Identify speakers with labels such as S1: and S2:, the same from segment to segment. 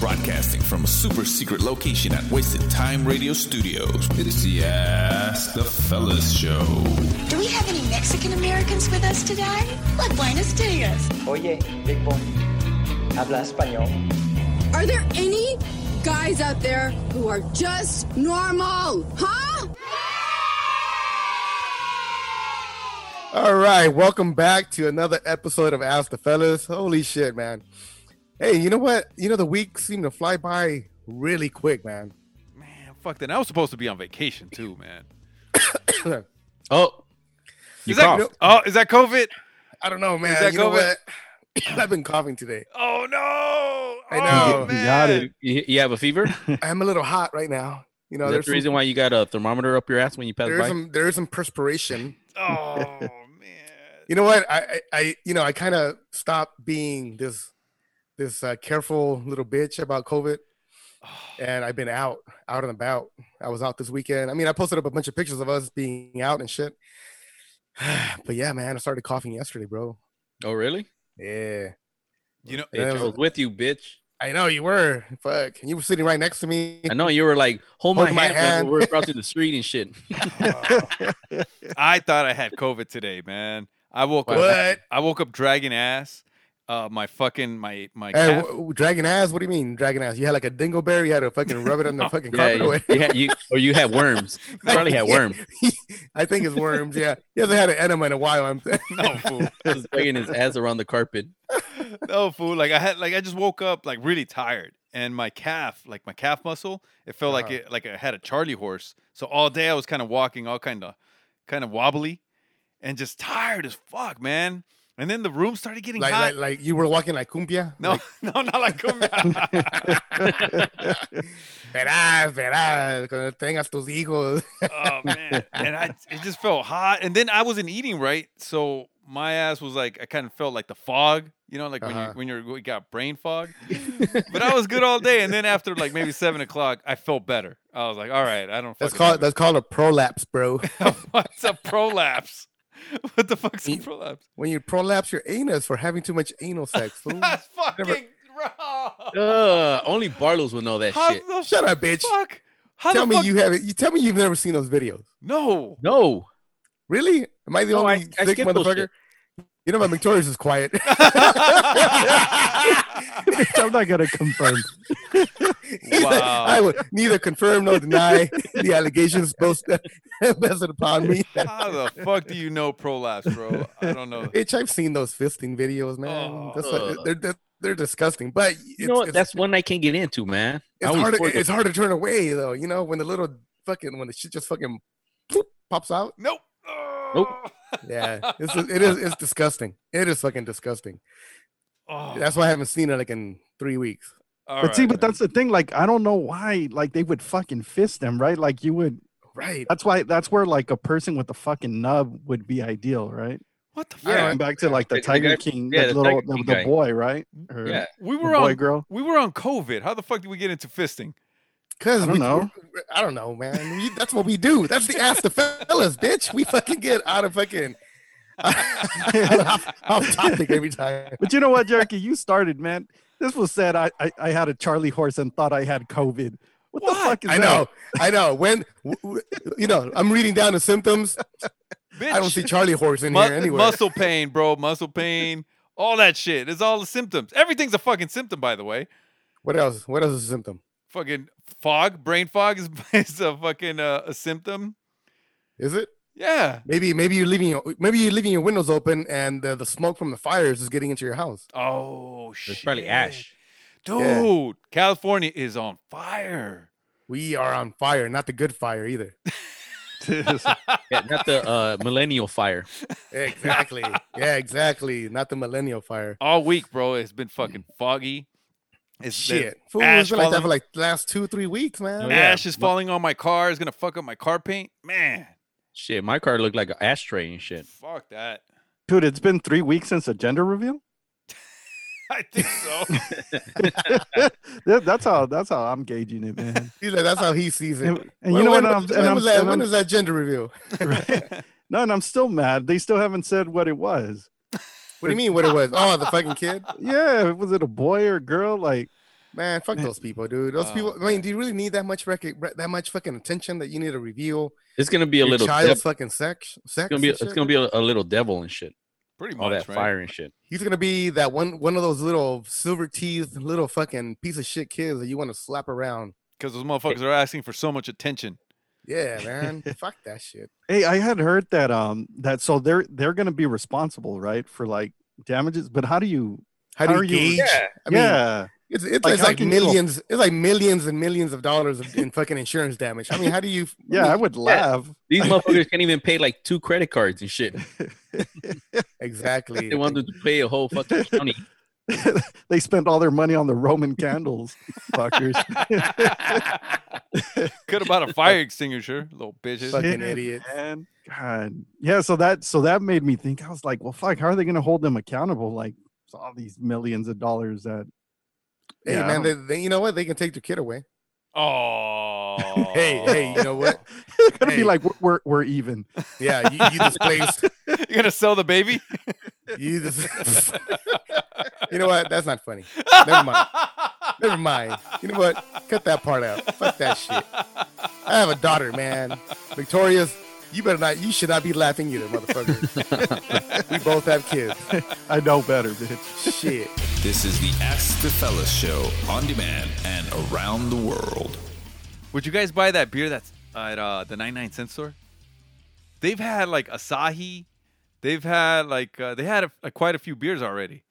S1: broadcasting from a super secret location at Wasted Time Radio Studios. It is the Ask the Fellas Show.
S2: Do we have any Mexican Americans with us today? Like Buenos Dias.
S3: Oye, Big Boy, habla español.
S4: Are there any guys out there who are just normal? Huh?
S5: All right, welcome back to another episode of Ask the Fellas. Holy shit, man! Hey, you know what? You know the week seemed to fly by really quick, man.
S6: Man, fuck that. I was supposed to be on vacation too, man.
S5: Oh,
S6: Is that, oh, is that COVID?
S5: I don't know, man.
S6: that
S5: You know
S6: COVID?
S5: what? I've been coughing today.
S6: Oh no!
S5: I know.
S6: Oh,
S5: You
S6: man.
S7: got it. You, you have a fever. Is
S5: I'm a little hot right now. You know,
S7: that
S5: Oh, there's
S7: the
S5: some,
S7: reason why you got a thermometer up your ass when you pass
S5: there's
S7: by.
S5: some there's some perspiration.
S6: Oh man.
S5: You know what? I I, I you know I kind of stopped being this this uh, careful little bitch about COVID,
S6: Oh.
S5: and I've been out out and about. I was out this weekend. I mean, I posted up a bunch of pictures of us being out and shit. but yeah, man, I started coughing yesterday, bro.
S7: oh, really?
S5: Yeah.
S6: You know,
S7: Bitch,
S5: Yeah,
S7: I
S5: it was-
S7: was with you, bitch.
S5: I know you were. Fuck. And you were sitting right next to me.
S7: I know you were like, hold my
S5: Hold my
S7: hand. like,
S5: hand.
S7: when We're crossing the street and shit.
S6: I thought I had COVID today, man. I woke up.
S5: What?
S6: I woke up dragging ass. Uh, my fucking my my
S5: Hey,
S6: calf-
S5: wh- dragon ass? What do you mean, dragon ass? You had like a dingleberry. You had to fucking rub it on the fucking
S7: Yeah,
S5: carpet
S7: you,
S5: away.
S7: you had, you or you had worms. You probably had
S5: Yeah.
S7: worms.
S5: I think it's worms. Yeah, he hasn't had an enema in a while. I'm
S6: no fool,
S7: Just dragging his ass around the carpet.
S6: no fool. Like I had like I just woke up like really tired, and my calf, like my calf muscle, it felt like
S5: Uh-huh.
S6: it like I had a Charlie horse. So all day I was kind of walking, all kind of kind of wobbly, and just tired as fuck, man. And then the room started getting
S5: like,
S6: hot.
S5: like, like you were walking like cumbia.
S6: no, no, not like cumbia.
S5: Verás, verás, cuando tengas tus hijos.
S6: oh man and i it just felt hot and then i wasn't eating right so my ass was like i kind of felt like the fog you know like
S5: Uh-huh.
S6: when you when you're you got brain fog but i was good all day and then after like maybe seven o'clock i felt better i was like all right i don't
S5: That's
S6: fucking
S5: called
S6: have
S5: that's called a prolapse, bro.
S6: it." what's a prolapse what the fuck's a prolapse
S5: When you prolapse your anus for having too much anal sex. fool.
S6: that's fucking wrong
S7: Uh, only Barlos would know that
S6: how
S7: shit.
S6: the
S5: Shut up, bitch.
S6: fuck how
S5: Tell
S6: the
S5: me
S6: fuck
S5: you haven't. You tell me you've never seen those videos.
S6: no
S7: No,
S5: Really? Am I the
S7: No, I-
S5: only
S7: I
S5: sick
S7: skipped those
S5: motherfucker?
S7: shit.
S5: You know my Victoria's is quiet.
S8: I'm not gonna confirm.
S5: He's like,
S6: Wow.
S5: I would neither confirm nor deny the allegations both vested upon me.
S6: how the fuck do you know prolapse bro i don't know
S5: Bitch, I've seen those fisting videos, man. That's like-
S7: Ugh.
S5: they're, they're they're disgusting, but it's,
S7: Oh. you know what?
S5: it's,
S7: That's one I can't get into, man. I
S5: it's
S7: was
S5: hard.
S7: for
S5: To,
S7: the-
S5: it's hard to turn away though. You know when the little fucking when the shit just fucking ploop, pops out.
S6: nope
S7: Nope.
S5: Yeah, it's, it is. It's disgusting. It is fucking disgusting.
S6: Oh,
S5: That's why I haven't seen it like in three weeks.
S6: all
S8: but see,
S6: right,
S8: but
S6: man.
S8: that's the thing. Like, I don't know why. Like, they would fucking fist them, right? Like, you would.
S5: Right.
S8: That's why. That's where like a person with a fucking nub would be ideal, right?
S6: what the fuck?
S5: Yeah.
S8: Going back to like the
S7: The- the
S8: Tiger
S7: guy-
S8: King,
S7: yeah, the
S8: that little
S7: Tiger King
S8: the, the
S7: guy.
S8: boy, right? Or
S7: yeah,
S6: We
S8: the
S6: were
S8: boy
S6: on
S8: girl.
S6: we were on COVID. How the fuck did we get into fisting?
S5: Cause
S8: I don't
S5: we,
S8: know.
S5: we- I don't know, man. We, that's what we do. That's the ask the fellas, bitch. We fucking get out of fucking off, off topic every time.
S8: But you know what, Jerky, you started, man. This was said. I, I I had a Charlie horse and thought I had COVID. What, the
S6: Why?
S8: fuck is
S5: I
S8: that?
S5: know, I know. When w- w- you know, I'm reading down the symptoms.
S6: Bitch.
S5: I don't see Charlie horse in
S6: Mu-
S5: here anywhere.
S6: Muscle pain, bro. Muscle pain. All that shit. It's all the symptoms. Everything's a fucking symptom, by the way.
S5: What else? What else is a symptom?
S6: Fucking fog, brain fog is, is a fucking uh, a symptom.
S5: Is it?
S6: Yeah.
S5: Maybe, maybe you're leaving your maybe you're leaving your windows open, and the, the smoke from the fires is getting into your house.
S6: Oh shit.
S7: it's probably ash.
S6: Dude, California is on fire.
S5: We are on fire, not the good fire either.
S7: Yeah, not the uh, millennial fire.
S5: Exactly. yeah, exactly. Not the millennial fire.
S6: All week, bro. It's been fucking foggy. It's the
S5: Shit. Fool,
S6: ash
S5: it's been like that
S6: falling- Oh,
S5: for like the last two, three weeks, man.
S7: Yeah.
S6: Ash is falling on my car. It's gonna fuck up my car paint. Man,
S7: Shit, my car looked like an ashtray and shit.
S6: fuck that.
S8: dude? It's been three weeks since a gender reveal.
S6: I think so.
S8: That- that's how. That's how I'm gauging it, man.
S5: He's like, that's how he sees it.
S8: And, and
S5: When-
S8: you know
S5: when,
S8: what? I'm,
S5: was-
S8: and
S5: when
S8: I'm-
S5: was that,
S8: and
S5: when
S8: I'm-
S5: was that gender reveal?
S8: Right? No, and I'm still mad. They still haven't said what it was.
S5: What do you mean? What it was? Oh, the fucking kid.
S8: Yeah, was it a boy or a girl? Like,
S5: Man, fuck those people, dude. Those
S6: Oh,
S5: people. I mean, do you really need that much rec- that much fucking attention that you need to reveal
S7: It's gonna be a
S5: your
S7: little.
S5: child's
S7: dev-
S5: fucking sex? Sex.
S7: it's gonna be.
S5: and
S7: It's
S5: shit?
S7: gonna be a, a little devil and shit.
S6: Pretty much
S7: All that
S6: right?
S7: fire and shit.
S5: He's gonna be that one one of those little silver teeth, little fucking piece of shit kids that you want to slap around.
S6: Because those motherfuckers are asking for so much attention.
S5: Yeah, man. fuck that shit.
S8: Hey, I had heard that um that so they're they're gonna be responsible, right, for like damages. But how do you?
S5: How do
S8: How
S5: you
S8: are you-
S5: gauge?
S8: Yeah,
S5: I mean,
S8: yeah,
S5: It's it's
S8: Like,
S5: like,
S8: how
S5: like
S8: can you-
S5: millions. It's like millions and millions of dollars of- in fucking insurance damage. I mean, how do you?
S8: yeah. I would laugh.
S7: These motherfuckers can't even pay like two credit cards and shit.
S5: exactly.
S7: They want them to pay a whole fucking county.
S8: they spent all their money on the Roman candles, fuckers.
S6: Could have bought a fire extinguisher, little bitches.
S5: Fucking
S8: Yeah,
S5: idiot.
S8: man. God, yeah. So that so that made me think. I was like, well, fuck. How are they gonna hold them accountable? Like for all these millions of dollars that.
S5: Hey,
S8: Yeah, I
S5: man. They, they, you know what? They can take your kid away.
S6: Oh.
S5: Hey, hey. You know what?
S8: They're gonna be
S5: Hey.
S8: like, we're, we're we're even.
S5: Yeah, you, you displaced.
S6: You're going to sell the baby?
S5: You dis- You know what? That's not funny. Never mind. Never mind. You know what? Cut that part out. Fuck that shit. I have a daughter, man. Victoria's. You better not. You should not be laughing either, motherfucker. we both have kids.
S8: I know better, bitch.
S5: Shit.
S1: This is the Ask the Fellas show on demand and around the world.
S6: Would you guys buy that beer that's uh, at uh, the 99 cent store? They've had like Asahi. They've had like, uh, they had a, like, quite a few beers already.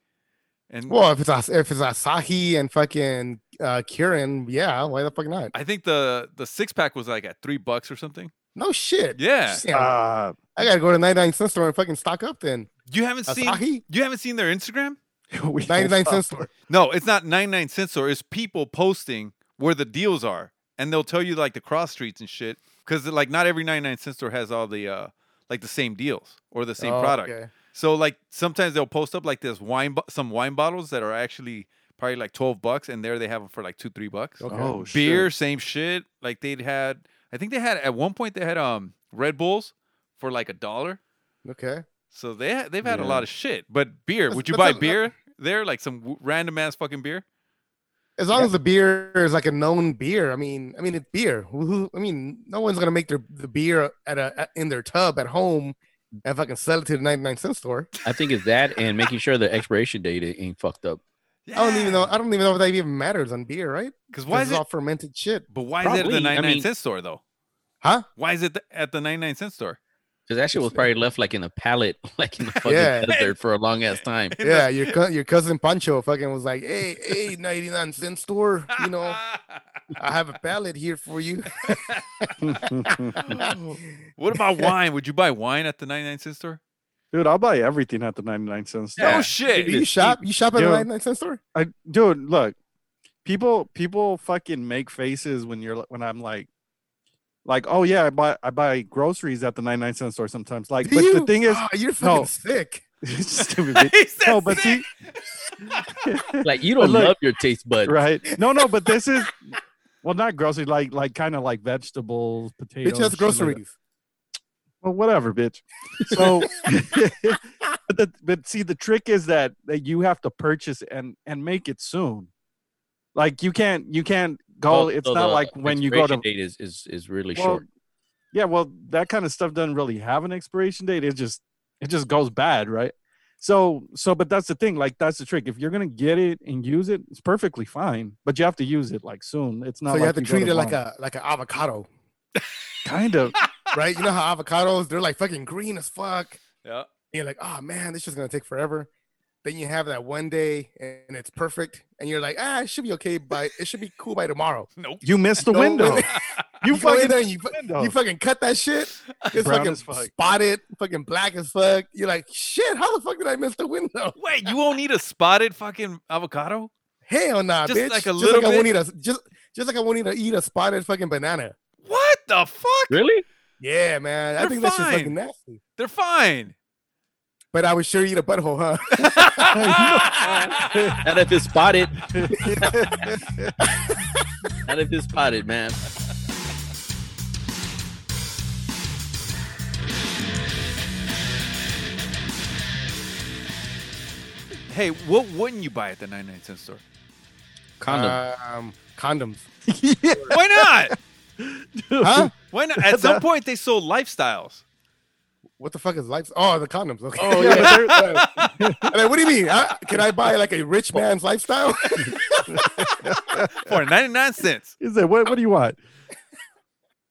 S6: And
S5: Well, if it's As- if it's Asahi and fucking uh, Kieran, yeah, why the fuck not?
S6: I think the, the six pack was like at three bucks or something.
S5: No shit.
S6: Yeah.
S5: Damn,
S8: Uh,
S5: I gotta go to 99 cent store and fucking stock up then.
S6: You haven't seen
S5: Asahi?
S6: you haven't seen their Instagram?
S8: we
S5: 99 cent store.
S6: No, it's not 99 cent store. It's people posting where the deals are. And they'll tell you like the cross streets and shit. Cause like not every 99 cent store has all the uh like the same deals or the same
S5: Oh,
S6: product.
S5: okay.
S6: So like sometimes they'll post up like this wine bo- some wine bottles that are actually probably like 12 bucks and there they have them for like 2 3 bucks.
S5: Okay.
S8: Oh,
S6: Beer same shit. Like they'd had I think they had at one point they had um Red Bulls for like a dollar.
S5: Okay.
S6: So they ha- they've had a
S8: Yeah.
S6: lot of shit. But beer,
S5: That's-
S6: would you
S5: that's
S6: buy
S5: a- that-
S6: beer there? Like some w- random ass fucking beer?
S5: As long as the beer is like a known beer, I mean, I mean, it's beer. Who- who- I mean, no one's gonna make their the beer at a at- in their tub at home and fucking sell it to the 99 cent store.
S7: I think it's that and making sure the expiration date ain't fucked up.
S5: I don't even know. I don't even know if that even matters on beer, right?
S6: Because
S5: 'Cause
S6: why
S5: it's
S6: is it?
S5: all fermented shit?
S6: But why is it at the
S7: Probably, I
S6: 99
S7: mean-
S6: cent store though?
S5: Huh?
S6: Why is it th- at the 99 cent store?
S7: Because that shit was probably left like in a pallet, like in the fucking
S5: Yeah.
S7: desert for a long ass time.
S5: Yeah, your cou- your cousin Pancho fucking was like, "Hey, hey, 99 cent store, you know, I have a pallet here for you."
S6: what about wine? Would you buy wine at the 99 cent store?
S8: Dude, I'll buy everything at the 99 cent store.
S6: No
S5: Do
S6: shit.
S5: you shop? You shop at
S8: Yo.
S5: the 99 cent store?
S8: I, dude, look, people people fucking make faces when you're when I'm like, like, oh yeah, I buy I buy groceries at the 99 cent store sometimes. Like,
S5: Do
S8: but the
S5: you?
S8: thing is,
S5: Ah, you're fucking
S8: no.
S5: sick.
S8: It's stupid, bitch.
S6: He said
S8: no, but
S6: sick.
S8: see,
S7: Like you don't
S8: look-
S7: love your taste buds.
S8: right? No, no, but this is well, not groceries, like like kind of like vegetables, potatoes,
S5: Bitch has
S8: shit like that.
S5: groceries.
S8: well, whatever, bitch. So, but, the, but see, the trick is that that you have to purchase and and make it soon. Like you can't you can't go.
S7: Well,
S8: it's
S7: so
S8: not
S7: the
S8: like when you go to
S7: expiration date is is, is really
S8: Well,
S7: short.
S8: yeah. Well, that kind of stuff doesn't really have an expiration date. It just it just goes bad, right? So so, but that's the thing. Like that's the trick. If you're gonna get it and use it, it's perfectly fine. But you have to use it like soon. It's not.
S5: So
S8: like
S5: you have to
S8: you go
S5: treat it like
S8: Walmart.
S5: a like an avocado,
S8: kind of.
S5: right? You know how avocados they're like fucking green as fuck.
S6: Yeah.
S5: And you're like, oh man, this is gonna take forever. Then you have that one day and it's perfect, and you're like, ah, it should be okay by it should be cool by tomorrow.
S6: Nope.
S8: You missed the
S5: Go in
S8: window.
S5: there-
S8: You
S5: go in
S8: fucking
S5: there and you, fu-
S8: window.
S5: you fucking cut that shit. It's
S8: Brown
S5: fucking
S8: as fuck.
S5: spotted, fucking black as fuck. You're like, shit, how the fuck did I miss the window?
S6: Wait, you won't need a spotted fucking avocado?
S5: Hell nah,
S6: Just
S5: bitch.
S6: like a
S5: just
S6: little
S5: like I won't
S6: bit?
S5: eat a just just like I won't eat to eat a spotted fucking banana.
S6: What the fuck?
S7: Really?
S5: Yeah, man. I
S6: They're
S5: think that's just
S6: fine.
S5: fucking nasty.
S6: They're fine.
S5: But I would sure eat a butthole, huh?
S7: Not if it's spotted. Not if it's spotted, man.
S6: hey, what wouldn't you buy at the 99 cent store?
S7: Condom.
S5: Um, condoms.
S6: Why not?
S5: Huh?
S6: Why not? At some point, they sold lifestyles.
S5: What the fuck is life? Oh, the condoms. Okay.
S8: Oh, yeah,
S5: I'm like, what do you mean? I, can I buy like a rich man's lifestyle?
S6: For 99 cents.
S8: Is that what? What do you want?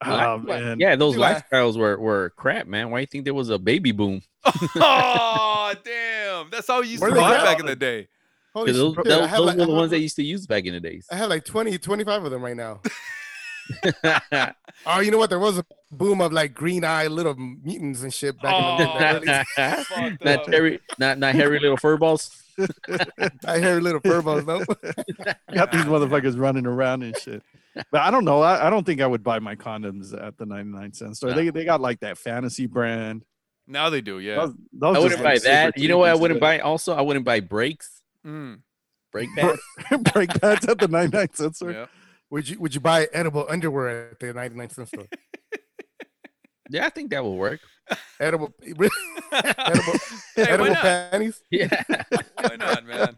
S7: Well,
S8: Oh man,
S7: Yeah, those
S5: Do I-
S7: lifestyles were, were crap, man. Why do you think there was a baby boom?
S6: Oh, damn. That's all you used
S5: Where
S6: to
S5: they
S6: buy
S5: at?
S6: back in the day.
S7: 'Cause
S5: Holy
S7: Those,
S5: Oh, shit, I
S7: those,
S5: have
S7: those
S5: like-
S7: were the ones they used to use back in the days.
S5: I have like 20, 25 of them right now.
S7: back
S5: Oh, you know what? There was a boom of like green eye little mutants and shit back in the
S6: Oh.
S5: day.
S7: not,
S6: Fucked up.
S7: hairy, not not hairy little fur balls.
S5: I hear little furbos, no?
S8: got these motherfuckers running around and shit. But I don't know. I, I don't think I would buy my condoms at the ninety nine cent store.
S7: No.
S8: They they got like that fantasy brand.
S6: Now they do, yeah.
S8: Those- those
S7: I
S8: just
S7: wouldn't
S8: look
S7: buy
S8: super
S7: that. You know
S8: cheap
S7: what? I
S8: and
S7: wouldn't
S8: shit.
S7: buy. Also, I wouldn't buy brakes.
S6: Mm,
S7: Brake pads.
S8: break pads at the ninety nine cent store.
S6: yeah.
S5: Would you would you buy edible underwear at the 99 cent store?
S7: Yeah, I think that will work.
S5: Edible edible,
S6: Hey, why
S5: edible
S6: not?
S5: panties?
S7: Yeah.
S6: Why not, man?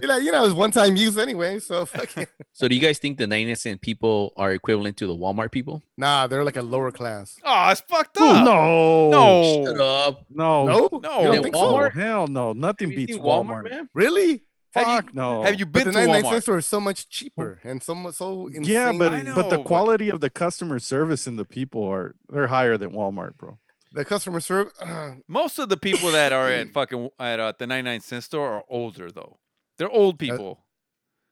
S5: You're like, you know, it's one time use anyway, so fuck it.
S7: so, do you guys think the 99 cent people are equivalent to the Walmart people?
S5: Nah, they're like a lower class.
S6: Oh, it's fucked
S8: Ooh,
S6: up.
S8: no,
S5: Oh,
S7: Shut
S6: No.
S7: up.
S8: no,
S5: No,
S6: Oh, No.
S5: You
S7: Yeah,
S5: don't think so?
S7: Walmart?
S8: Hell no, nothing
S7: Have you
S8: beats
S7: seen
S8: Walmart.
S7: man?
S5: Really?
S8: Fuck no.
S6: Have you
S5: But
S6: been
S5: the
S6: to
S5: 99 cent
S6: Walmart?
S5: store is so much cheaper and so much so insane.
S8: yeah, but
S6: I
S8: but
S6: know,
S8: the
S6: but-
S8: quality of the customer service and the people are they're higher than Walmart, bro.
S5: the customer service. Uh,
S6: Most of the people that are at fucking at uh, the 99 cent store are older though. They're old people.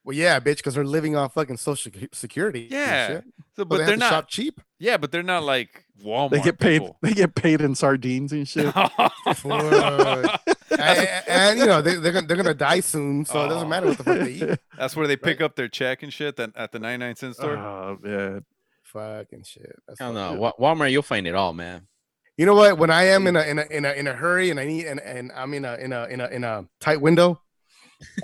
S5: well, yeah, bitch, because they're living off fucking social sec- security. and
S6: Yeah,
S5: shit.
S6: So,
S5: So
S6: but
S5: they
S6: they are
S5: have to
S6: not.
S5: shop cheap.
S6: Yeah, but they're not like Walmart.
S8: They get paid.
S6: people.
S8: They get paid in sardines and shit.
S5: Fuck. and, and, you know they, they're gonna, they're gonna die soon, so it
S6: Oh.
S5: doesn't matter what the fuck they eat.
S6: That's where they pick up their check and shit then at the 99 cent store.
S5: Uh-huh.
S8: Oh, man.
S5: Fucking shit. That's
S7: I don't
S5: fucked
S7: know.
S5: up.
S7: Wa- Walmart, you'll find it all, man.
S5: You know what? When I am in a in a in a, in a hurry and I need and, and I'm in a in a in a in a tight window,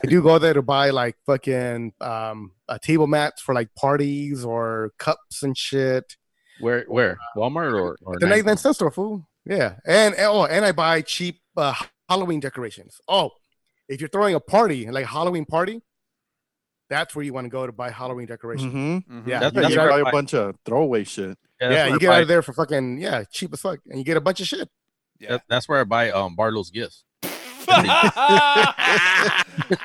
S5: I do go there to buy like fucking um uh, table mats for like parties or cups and shit.
S7: Where? Where? Walmart or, or
S5: The 99
S7: 99?
S5: cent store, fool. Yeah, and, and oh, and I buy cheap uh, Halloween decorations. Oh, if you're throwing a party like a Halloween party, that's where you want to go to buy Halloween decorations.
S8: Mhm.
S6: Mhm.
S5: Yeah,
S7: Mm-hmm.
S5: you
S7: That's what
S8: Yeah, you
S5: get out-
S7: where
S8: buy
S7: I
S8: a
S7: buy-
S8: bunch of throwaway shit.
S7: that's
S5: yeah,
S7: where
S5: you
S7: I
S5: get
S7: buy-
S5: out of there for fucking yeah, cheap as fuck, and you get a bunch of shit.
S7: that- That's where I buy um Barlow's gifts.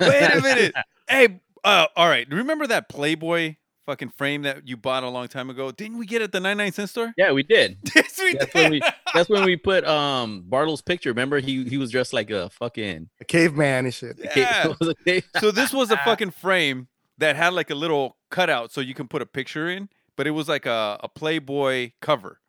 S6: Wait a minute. Hey, uh, all right. Remember that Playboy fucking frame that you bought a long time ago? Didn't we get it at the 99 cent store?
S7: Yeah, we did.
S6: Yes, we
S7: That's
S6: did.
S7: when we. That's when we put um Barlow's picture. Remember, he he was dressed like a fucking.
S5: A caveman and shit.
S6: Yeah. so this was a fucking frame that had like a little cutout so you can put a picture in, but it was like a, a Playboy cover.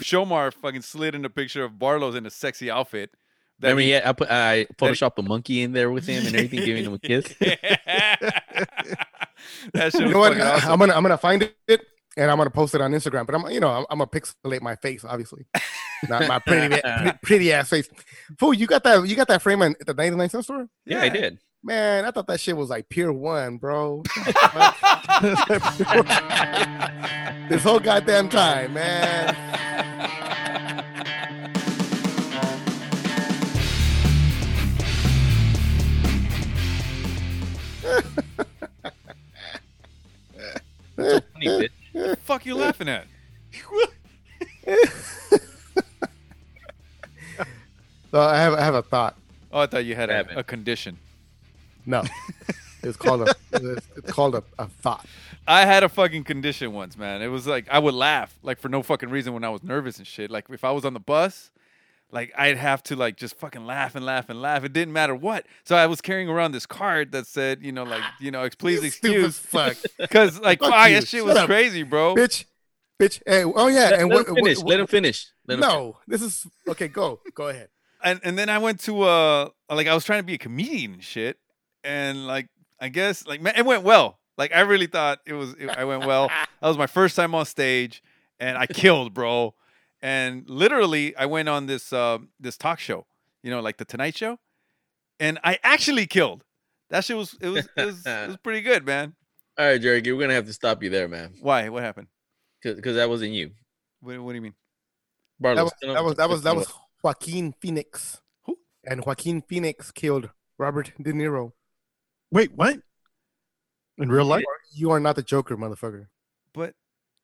S6: Shomar fucking slid in a picture of Barlow's in a sexy outfit. that
S7: Remember,
S6: he-
S7: yeah, I put I photoshopped a monkey in there with him and everything, giving him a kiss.
S6: Yeah. that shit
S5: you
S6: was
S5: know what?
S6: fucking
S5: I-
S6: awesome.
S5: I'm gonna I'm gonna find it and I'm gonna post it on Instagram. But I'm you know I'm, I'm gonna pixelate my face, obviously, not my pretty, pretty pretty ass face. Fool, you got that you got that frame in- at the 99 cent store?
S7: Yeah, I did.
S5: Man, I thought that shit was like Pier One, bro. this whole goddamn time, man.
S7: Funny, bitch.
S6: the fuck you laughing at?
S5: So I have I have a thought.
S6: Oh, I thought you had
S7: Rabbit.
S6: a, a condition.
S5: No, it's called a it's called a, a thought.
S6: I had a fucking condition once, man. It was like I would laugh like for no fucking reason when I was nervous and shit. Like if I was on the bus, like I'd have to like just fucking laugh and laugh and laugh. It didn't matter what. So I was carrying around this card that said, you know, like you know, ex- please
S5: You stupid
S6: excuse,
S5: fuck,
S6: because like
S5: Fuck
S6: fuck,
S5: you.
S6: that shit
S5: Shut
S6: was
S5: up.
S6: crazy, bro.
S5: bitch, bitch. Hey, oh yeah,
S7: Let,
S5: and
S7: let
S5: what,
S7: him
S5: what-
S7: finish. let him
S5: what-
S7: finish. Let him
S5: no, this is okay. Go, go ahead.
S6: and and then I went to uh like I was trying to be a comedian and shit, and like I guess like man, it went well. Like I really thought it was it, I went well. that was my first time on stage, and I killed, bro. And literally, I went on this uh, this talk show, you know, like the Tonight Show, and I actually killed. That shit was it was it was, it was pretty good, man.
S7: All right, Jerry, we're gonna have to stop you there, man,
S6: Why? What happened?
S7: because that wasn't you.
S6: What, what do you mean?
S7: Barlow.
S5: That was
S7: tell him-
S5: that was that was that
S7: tell
S5: was
S7: him.
S5: Joaquin Phoenix.
S6: Who?
S5: And Joaquin Phoenix killed Robert De Niro.
S8: Wait, what? in real life.
S5: You are not the Joker, motherfucker.
S6: But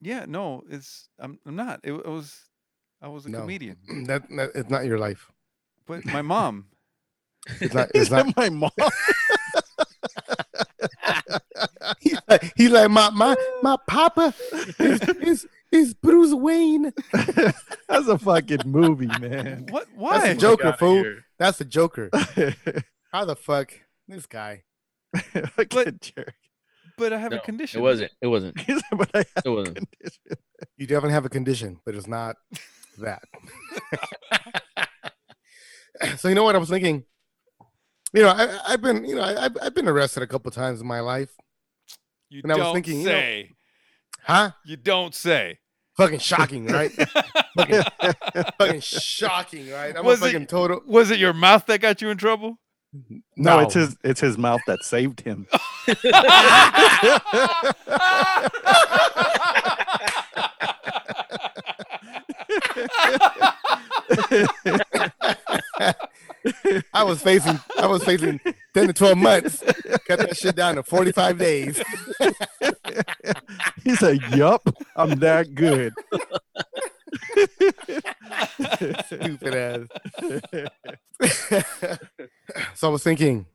S6: yeah, no, it's I'm I'm not. It, it was I was a
S5: No.
S6: comedian,
S5: That, that it's not your life.
S6: but my mom.
S5: It's not.
S8: Is
S5: It's not.
S8: that my mom?
S5: He's like, he's like my my my papa is is, is Bruce Wayne.
S8: That's a fucking movie, man.
S6: What?
S5: That's
S6: Why?
S5: a Joker, fool. That's a Joker.
S8: Fucking
S5: How the fuck this guy?
S8: jerk.
S6: But I have
S7: No,
S6: a condition.
S7: It wasn't. It wasn't.
S8: He's like, but I
S7: It wasn't.
S5: You definitely have a condition, but it's not that. so you know what I was thinking. You know, I, I- I've been, you know, I, I've, I've been arrested a couple times in my life,
S6: You
S5: And I
S6: don't
S5: was thinking, you know-
S6: say. You,
S5: huh?
S6: don't say.
S5: Fucking shocking, right? fucking, fucking shocking, right? I'm
S6: Was
S5: a
S6: it-
S5: fucking total.
S6: Was it your mouth that got you in trouble?
S8: no, it's his it's his mouth that saved him.
S5: I was facing, I was facing ten to twelve months. Cut that shit down to forty five days.
S8: He's like, "Yup, I'm that good."
S5: Stupid ass. so I was thinking,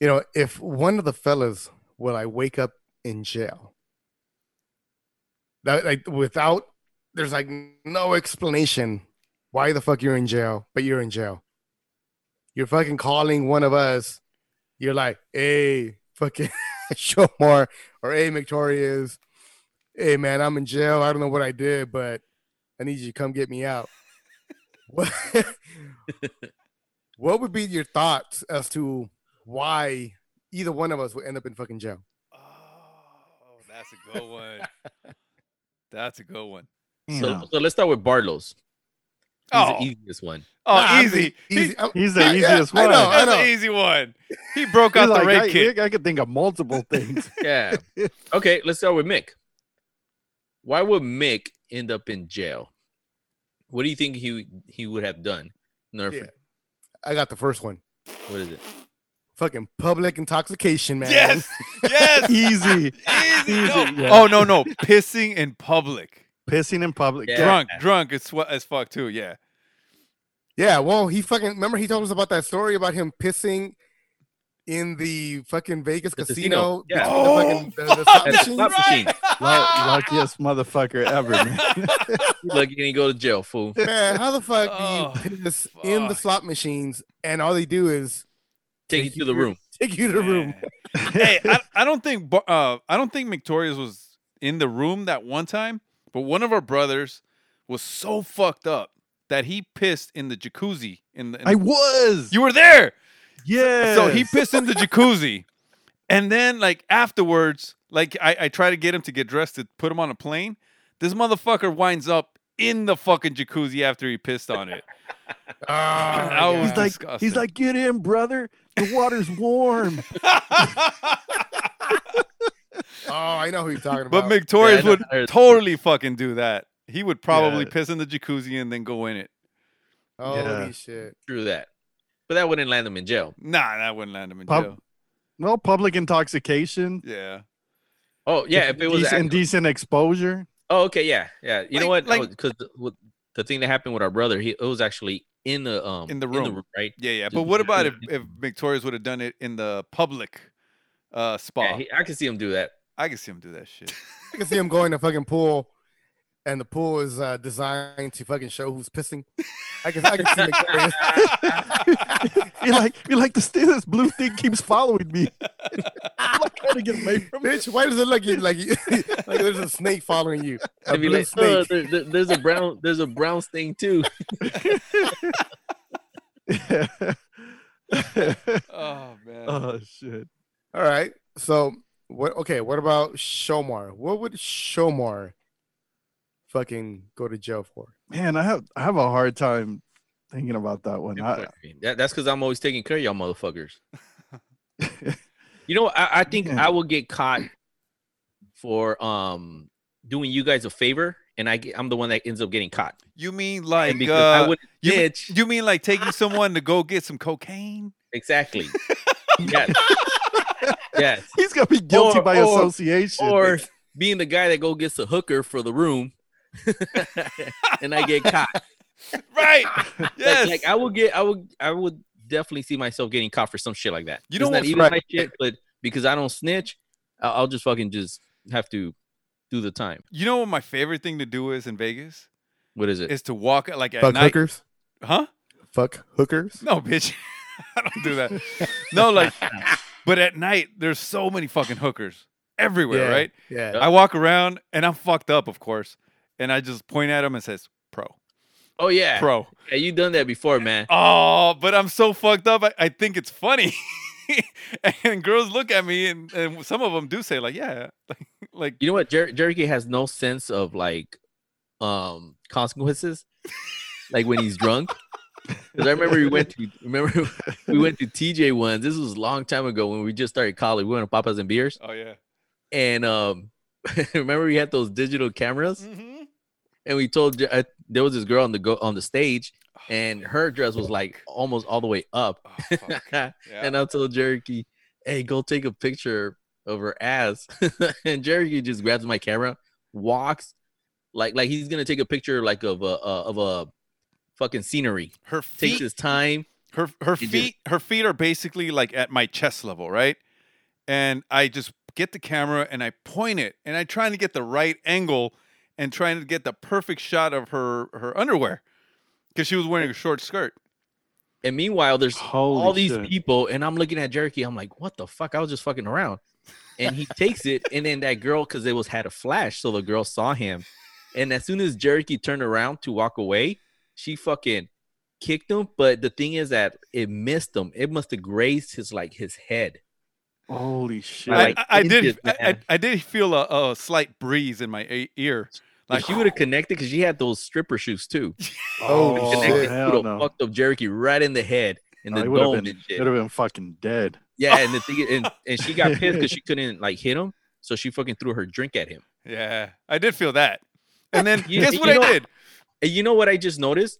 S5: you know, if one of the fellas will I wake up in jail, that like without there's like no explanation why the fuck you're in jail, but you're in jail. You're fucking calling one of us. You're like, hey, fucking Shomar or hey, Victoria's. Hey, man, I'm in jail. I don't know what I did, but I need you to come get me out. What, what would be your thoughts as to why either one of us would end up in fucking jail?
S6: Oh, that's a good one. That's a good one.
S5: Hmm.
S8: Damn.
S7: So, so let's start with Barlow's. He's
S6: Oh,
S7: the easiest one.
S6: oh,
S5: Nah, I'm
S6: easy.
S5: the- easy. I'm-
S8: He's the
S5: Yeah, yeah,
S8: easiest
S5: I
S8: one.
S5: know,
S6: That's an easy one. He broke out
S8: He's
S6: the
S8: like,
S6: rape
S8: I,
S6: kit.
S8: I could think of multiple things.
S7: Yeah. okay, let's start with Mick. Why would Mick end up in jail? What do you think he he would have done? Nerf.
S5: Yeah. I got the first one.
S7: What is it?
S5: Fucking public intoxication, man.
S6: Yes, yes,
S8: Easy.
S6: easy. No.
S8: Easy, yeah.
S6: Oh no, no, pissing in public,
S8: Pissing in public.
S7: Yeah.
S6: drunk, drunk as swe- as fuck too. Yeah,
S5: Yeah. Well, he fucking remember he told us about that story about him pissing in the fucking Vegas
S7: The
S5: casino.
S7: casino, yeah.
S5: between
S6: Oh,
S5: the, fucking, the, the slot
S7: That's
S5: machines?
S7: slot machine.
S8: Lu- luckiest motherfucker ever, man.
S7: Lucky didn't go to jail, fool.
S5: Man, how the fuck do you
S6: Oh,
S5: piss in the
S6: fuck.
S5: slot machines and all they do is
S7: Take you to the room.
S5: take you to the room?
S6: Man. hey, I, I don't think Bar- uh, I don't think Victoria's was in the room that one time, but one of our brothers was so fucked up that he pissed in the jacuzzi. In the, in
S8: I
S6: the-
S8: was.
S6: you were there,
S8: yeah.
S6: so he pissed in the jacuzzi, and then like afterwards, like I, I try to get him to get dressed to put him on a plane. This motherfucker winds up in the fucking jacuzzi after he pissed on it.
S5: Oh,
S6: I
S5: yeah.
S6: was
S8: He's like,
S6: disgusting.
S8: he's like, get in, brother. The water's warm.
S5: oh, I know who you're talking about.
S6: But
S7: Yeah, I
S6: Victorious
S7: know. I
S6: would
S7: heard-
S6: totally fucking do that. He would probably
S8: Yeah.
S6: piss in the jacuzzi and then go in it.
S5: Holy
S8: Yeah.
S5: shit.
S7: Through that. But that wouldn't land him in jail.
S6: Nah, that wouldn't land him in
S8: Pub-
S6: jail.
S8: well, public intoxication.
S6: Yeah.
S7: Oh yeah, if it was
S8: decent,
S7: an accident-
S8: indecent exposure.
S7: Oh okay, yeah, yeah. You know
S6: Like-
S7: what?
S6: like-
S7: Because the, the thing that happened with our brother, he it was actually in the um
S6: In the room.
S7: right?
S6: Yeah, yeah.
S7: Just
S6: But what
S7: do
S6: about
S7: it.
S6: if, if Victorious would have done it in the public uh spa?
S7: Yeah, he, I could see him do that.
S6: I can see him do that shit.
S5: I can see him going to fucking pool, and the pool is uh, designed to fucking show who's pissing. I can, I can see Victorious.
S8: You're like, you're like, this, thing- this blue thing keeps following me. I'm not trying to get away from
S5: Bitch, why does it look you- like you- like there's a snake following you? A
S7: They'd be
S5: blue
S7: like, "Uh,
S5: snake.
S7: there- there- there's a brown, there's a brown thing too.
S8: it.
S6: Oh man.
S7: Uh,
S8: oh, shit.
S5: All right. So what? Okay. What about Shomar? What would Shomar fucking go to jail for?
S8: Man, I have, I have a hard time thinking about that one. I,
S7: That, that's because I'm always taking care of y'all motherfuckers. you know, I, I think
S8: Yeah.
S7: I will get caught for um doing you guys a favor, and I get, I'm the one that ends up getting caught.
S6: You mean
S7: And
S6: like
S7: because
S6: uh,
S7: I would
S6: you, mean-
S7: bitch
S6: you mean like taking someone to go get some cocaine?
S7: exactly. yeah. Yes.
S8: He's gonna be guilty
S7: Or-
S8: by
S7: or-
S8: association.
S7: Or being the guy that go gets the hooker for the room and I get caught.
S6: right.
S7: Like,
S6: Yes.
S7: like, I would get I would I would definitely see myself getting caught for some shit like that.
S6: You know
S7: It's not
S6: what's
S7: even
S5: right-
S7: my shit, but because I don't snitch, I'll, I'll just fucking just have to do the time.
S6: you know what my favorite thing to do is in Vegas
S7: What is it?
S6: is to walk like at
S5: Fuck
S6: night.
S5: hookers.
S6: Huh?
S5: Fuck hookers.
S6: No, bitch. I don't do that. no, like, but at night there's so many fucking hookers everywhere,
S5: Yeah.
S6: right?
S5: Yeah.
S6: I walk around and I'm fucked up, of course, and I just point at them and says, "Pro,
S7: oh yeah.
S6: pro."
S7: Yeah, you done that before, man.
S6: Oh, but I'm so fucked up. I, I think it's funny. and girls look at me, and, and some of them do say, like, yeah, like, like
S7: You know what? Jer- Jerry Gay has no sense of like um consequences. like when he's drunk. 'Cause I remember we went to remember we went to TJ once. This was a long time ago when we just started college. We went to Papa's and beers.
S6: oh, yeah.
S7: And um remember we had those digital cameras
S6: Mhm.
S7: and we told Jer- I, there was this girl on the go on the stage and her dress was like almost all the way up.
S6: Oh, fuck. Yeah.
S7: And I told Jericho, hey, go take a picture of her ass. and Jericho just grabs my camera, walks like like he's gonna take a picture like of a uh, of a fucking scenery.
S6: her
S7: Takes
S6: feet,
S7: his time.
S6: her her
S7: He did.
S6: feet, her feet are basically like at my chest level, right? And I just get the camera and I point it, and I'm trying to get the right angle and trying to get the perfect shot of her her underwear because she was wearing a short skirt.
S7: And meanwhile, there's
S8: Holy
S7: all these
S8: shit.
S7: people, and I'm looking at Jericho. I'm like, what the fuck? I was just fucking around. And he takes it, and then that girl, because it was had a flash, so the girl saw him. And as soon as Jericho turned around to walk away, she fucking kicked him. But the thing is that it missed him. It must have grazed his like his head.
S8: Holy shit!
S7: like,
S6: I, I, I did.
S7: inches,
S6: I, I,
S7: man.
S6: I did feel a, a slight breeze in my a- ear.
S7: Like
S6: Like
S7: she would have connected because she had those stripper shoes too.
S5: Holy
S8: Oh,
S5: shit.
S7: Connected
S8: hell
S7: would
S8: no.
S7: have fucked up Jericho right in the head and
S8: No,
S7: the
S8: he would've
S7: dome
S8: been-
S7: and shit.
S8: It would have been fucking dead.
S7: Yeah, and the thing is- and, and she got pissed because she couldn't like hit him, so she fucking threw her drink at him.
S6: yeah, I did feel that. And then
S7: You-
S6: guess
S7: you
S6: what
S7: know-
S6: I did?
S7: And you know what I just noticed?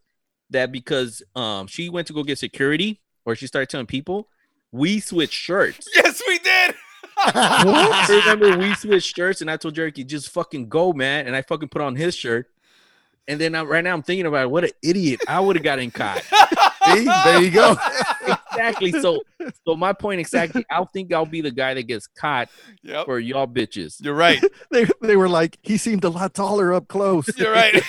S7: That because um she went to go get security or she started telling people, we switched shirts.
S6: Yes, we did.
S7: I remember we switched shirts and I told Jericho, just fucking go, man. And I fucking put on his shirt. And then I, right now I'm thinking about it, what an idiot. I would have gotten caught.
S5: See? There you go.
S7: exactly. So so my point exactly, I think I'll be the guy that gets caught
S6: Yep.
S7: for y'all bitches.
S6: You're right.
S8: They, they were like, he seemed a lot taller up close.
S6: You're right.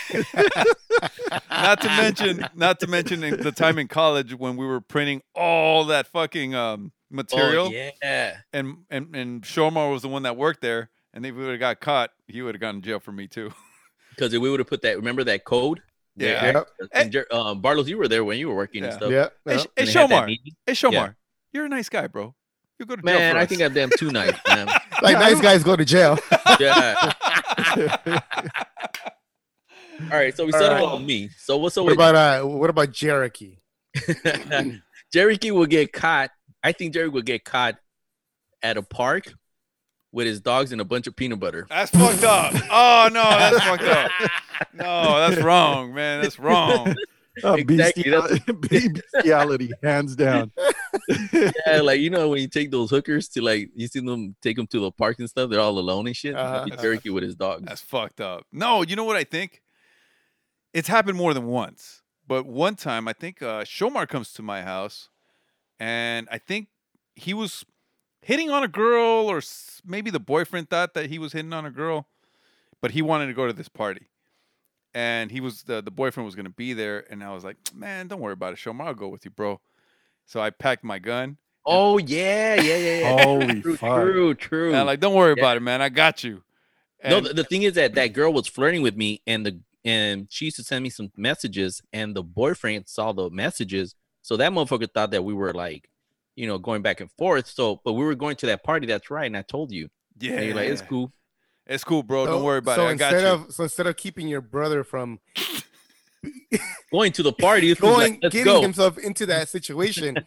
S6: not to mention, not to mention in- the time in college when we were printing all that fucking um, material,
S7: Oh, yeah.
S6: and and and Shomar was the one that worked there, and if we would have got caught, he would have gone to jail for me too.
S7: Because we would have put that. Remember that code?
S6: Yeah.
S5: Yep.
S7: And Jer- um, Barlos, you were there when you were working
S6: Yeah.
S7: and stuff.
S5: Yeah.
S6: Hey,
S5: yeah.
S6: Sh- hey,
S7: When they had that
S6: Shomar.
S7: meeting.
S6: Hey, Shomar. You're a nice guy, bro. You go to jail
S7: Man,
S6: for
S7: I
S6: us.
S7: think I'm damn too nice, man.
S5: Like
S8: Yeah, I
S5: nice
S8: don't-
S5: guys go to jail.
S7: yeah. All right. So we
S5: All
S7: settled
S5: right.
S7: on me. So what's up
S5: What
S7: with
S5: about uh what about Jericho?
S7: Jerry Key will get caught. I think Jerry will get caught at a park with his dogs and a bunch of peanut butter.
S6: That's fucked up. Oh no, that's fucked up. No, that's wrong, man. That's wrong.
S8: Uh,
S7: Exactly, that's-
S8: bestiality, bestiality, hands down.
S7: Yeah, like you know when you take those hookers to like you see them take them to the park and stuff. They're all alone and shit.
S5: Uh-huh.
S7: Jerry Key with his dogs.
S6: That's fucked up. No, you know what I think? It's happened more than once. But one time, I think uh, Shomar comes to my house, and I think he was hitting on a girl, or s- maybe the boyfriend thought that he was hitting on a girl, but he wanted to go to this party, and he was the the boyfriend was going to be there, and I was like, man, don't worry about it, Shomar, I'll go with you, bro. So I packed my gun,
S7: Oh yeah, yeah, yeah, yeah.
S8: Holy
S7: true,
S8: fuck!
S7: true, true.
S6: and I'm like, don't worry
S7: Yeah.
S6: about it, man, I got you.
S7: no,
S6: And-
S7: the, the thing is that that girl was flirting with me, and the and she used to send me some messages, and the boyfriend saw the messages, so that motherfucker thought that we were like, you know, going back and forth. So, but we were going to that party. That's right, and I told you.
S6: yeah,
S7: And you're like, it's cool.
S6: It's cool, bro. Oh, don't worry about
S5: so
S6: it. I got
S5: instead
S6: you.
S5: Of, so instead of keeping your brother from
S7: Going to the party, it's
S5: going
S7: like, let's
S5: getting
S7: go.
S5: himself into that situation,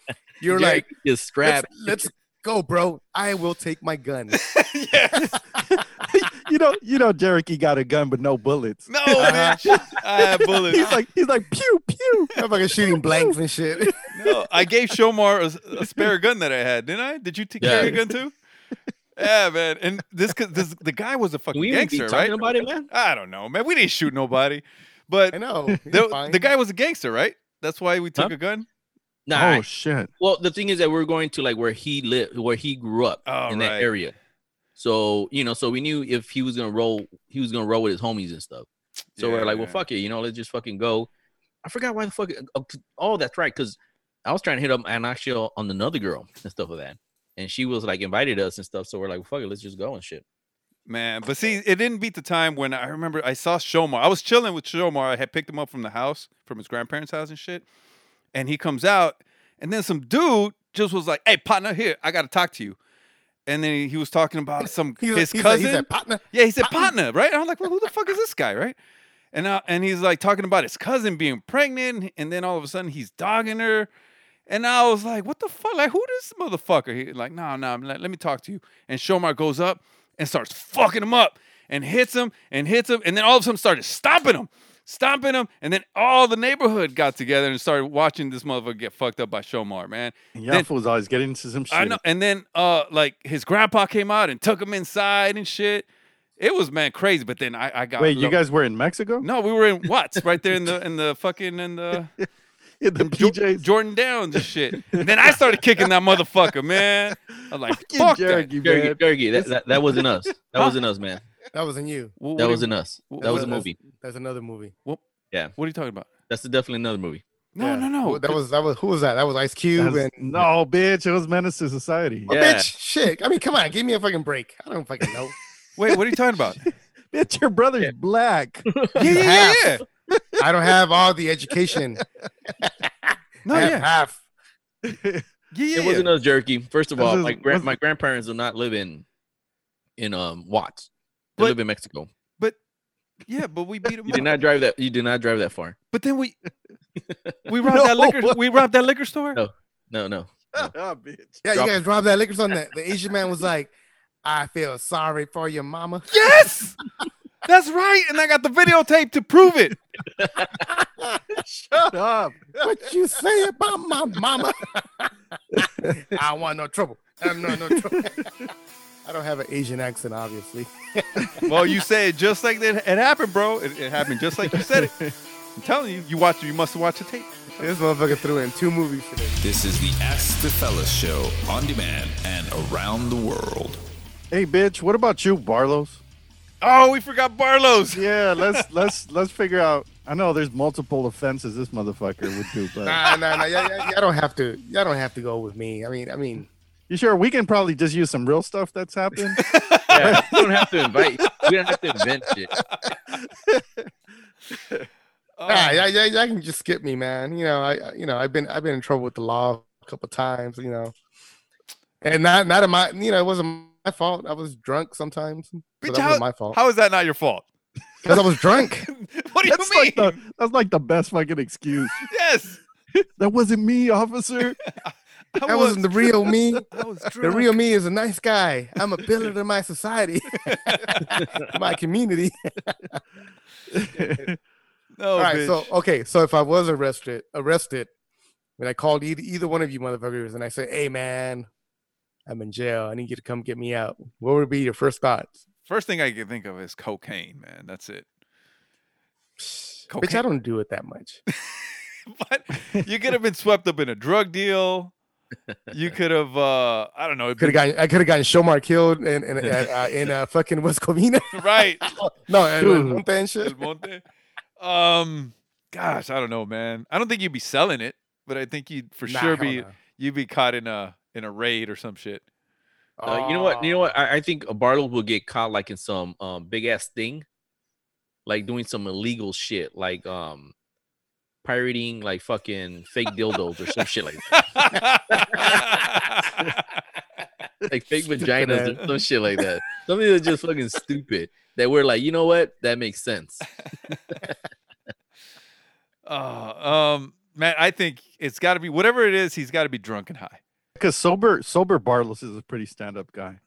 S5: you're
S7: Jerry
S5: like,
S7: is
S5: let's,
S7: strapped.
S5: let's go, bro. I will take my gun.
S6: yes.
S8: you know, you know, Jericho got a gun but no bullets.
S6: No,
S5: Uh-huh.
S6: bitch. I have bullets.
S8: He's like, he's like, pew pew.
S5: I'm fucking shooting blanks and shit.
S6: no, I gave Shomar a, a spare gun that I had, didn't I? Did you t- carry a
S7: Yeah.
S6: gun too? yeah, man. And this, cause this, the guy was a fucking
S7: we even be
S6: gangster,
S7: talking
S6: right?
S7: about it, man.
S6: I don't know, man. We didn't shoot nobody, but
S5: I know. he's
S6: the,
S5: fine.
S6: the guy was a gangster, right? That's why we took
S7: Huh?
S6: a gun.
S7: Nah,
S8: Oh shit!
S7: Well, the thing is that we're going to like where he lived, where he grew up
S6: Oh,
S7: in
S6: right.
S7: that area. So you know, so we knew if he was gonna roll, he was gonna roll with his homies and stuff. So we're like, well,
S6: Yeah.
S7: fuck it, you know, let's just fucking go. I forgot why the fuck. oh, 'cause- Oh, that's right, because I was trying to hit up Anakshia on another girl and stuff like that, and she was like invited us and stuff. So we're like, fuck it, let's just go and shit.
S6: Man, but see, it didn't beat the time when I remember I saw Shomar. I was chilling with Shomar. I had picked him up from the house, from his grandparents' house and shit. And he comes out, and then some dude just was like, "Hey, partner, here, I gotta talk to you." And then he, he was talking about some
S5: He's,
S6: his
S5: he's
S6: cousin.
S5: A, he's a partner.
S6: yeah, he said partner, right? And I'm like, "Well, who the fuck is this guy, right?" And uh, and he's like talking about his cousin being pregnant, and then all of a sudden he's dogging her. And I was like, "What the fuck? Like, who this motherfucker?" He like, "No, no, let, let me talk to you." And Shomar goes up and starts fucking him up, and hits him, and hits him, and then all of a sudden started stomping him, stomping him, and then all the neighborhood got together and started watching this motherfucker get fucked up by Shomar, man.
S8: Yeah,
S6: Then-
S8: fool's always getting into some shit.
S6: I know. And then uh like his grandpa came out and took him inside and shit. It was man crazy. But then I, I got
S8: Wait, you
S6: lo-
S8: guys were in Mexico?
S6: No, we were in Watts right there in the in the fucking in the
S8: in the
S6: Jo-
S8: PJs.
S6: Jordan Downs and shit. And then I started kicking that motherfucker, man. I was like,
S8: Fucking
S6: fuck that.
S8: Jerky,
S7: Gergi,
S8: man.
S7: Gergi, that, that that wasn't us. That wasn't us, man.
S5: That wasn't you.
S6: Wha- What,
S7: That
S6: are you-
S7: wasn't us.
S6: what-
S7: That was a
S5: that's-
S7: movie.
S5: That's another movie.
S6: What are you talking about?
S7: That's definitely another movie.
S6: No,
S5: Yeah.
S6: no, no.
S5: That was that was who was that? That was Ice Cube
S8: That's-
S5: and
S8: no, bitch, it was Menace to Society.
S5: Oh,
S7: Yeah.
S5: bitch. Shit. I mean, come on, give me a fucking break. I don't fucking know.
S6: Wait, what are you talking about?
S8: Bitch, your brother's black.
S6: yeah, yeah, yeah,
S5: Half.
S6: yeah.
S5: I don't have all the education.
S6: No,
S5: I have
S6: yeah.
S5: half.
S6: Yeah, yeah,
S7: It wasn't
S6: yeah.
S7: us jerky. First of
S8: This
S7: all,
S8: is-
S7: my grand
S8: was-
S7: my grandparents do not live in in um Watts. They
S6: But-
S7: live in Mexico.
S6: yeah, but we beat him
S7: You did
S6: up.
S7: not drive that. You did not drive that far.
S6: But then we we robbed that
S8: No.
S6: liquor we robbed that liquor store.
S7: No. No, no.
S8: Ah, bitch.
S5: Yeah, you
S7: Drop-
S5: guys dropped that liquor on that. The Asian man was like, I feel sorry for your mama.
S6: Yes, that's right. And I got the videotape to prove it.
S8: Shut up.
S5: What you say about my mama? I want no trouble. I'm not no trouble. I don't have an Asian accent, obviously.
S6: Well, you said it just like that. It happened, bro. It, it happened just like you said it. I'm telling you, you watch. You must watch the tape.
S5: This motherfucker threw in two movies today.
S1: This is the Ask the Fellas show on demand and around the world.
S8: Hey, bitch, what about you, Barlow's?
S6: Oh, we forgot Barlow's.
S8: Yeah, let's let's let's figure out. I know there's multiple offenses this motherfucker would do, but
S5: Nah, nah, nah. Y'all, y'all- y'all don't have to. Y'all don't have to go with me. I mean, I mean,
S8: you sure we can probably just use some real stuff that's happened?
S7: Yeah, we don't have to invite. We don't have to invent shit.
S6: Oh.
S5: nah, y'all, y'all, y'all can just skip me, man. You know, I, I- you know, I've been, I've been in trouble with the law a couple times. You know, and not, not in my, you know, it wasn't my fault. I was drunk sometimes.
S6: Bitch,
S5: But that
S6: how-
S5: wasn't my fault
S6: How is that not your fault?
S5: because I was drunk.
S6: What do you
S8: That's
S6: mean?
S8: like the that's like the best fucking excuse.
S6: yes,
S8: That wasn't me, officer.
S6: I
S5: That wasn't the real me.
S6: I was
S5: The
S6: drunk.
S5: real me is a nice guy. I'm a pillar to my society, my community.
S6: No,
S5: All right,
S6: Oh, bitch.
S5: so oh. okay, so if I was arrested, arrested, when I called either either one of you motherfuckers, and I said, "Hey, man, I'm in jail. I need you to come get me out." What would be your first thoughts?
S6: First thing I can think of is cocaine, man. That's it.
S5: Which I
S6: Cocaine.
S5: don't do it that much.
S6: but you could have been swept up in a drug deal. You could have, uh, I don't know,
S5: Could have gotten, I could have gotten Shomar killed in in uh, uh, in uh, fucking West Covina.
S6: been- right.
S5: no, and,
S8: Dude.
S5: and shit.
S6: El Monte. Um, gosh, I don't know, man. I don't think you'd be selling it, but I think you'd for
S5: Nah,
S6: sure
S5: hell
S6: be
S5: no.
S6: you'd be caught in a in a raid or some shit.
S7: Uh, you know what? You know what? I, I think a Barlow will get caught like in some um, big ass thing, like doing some illegal shit, like um pirating like fucking fake dildos or some shit like that. like fake vaginas or some shit like that. Something that's just fucking stupid. That we're like, you know what? That makes sense.
S6: oh, um, man, I think it's got to be whatever it is. He's got to be drunk and high.
S8: Because sober sober Barlos is a pretty stand up guy.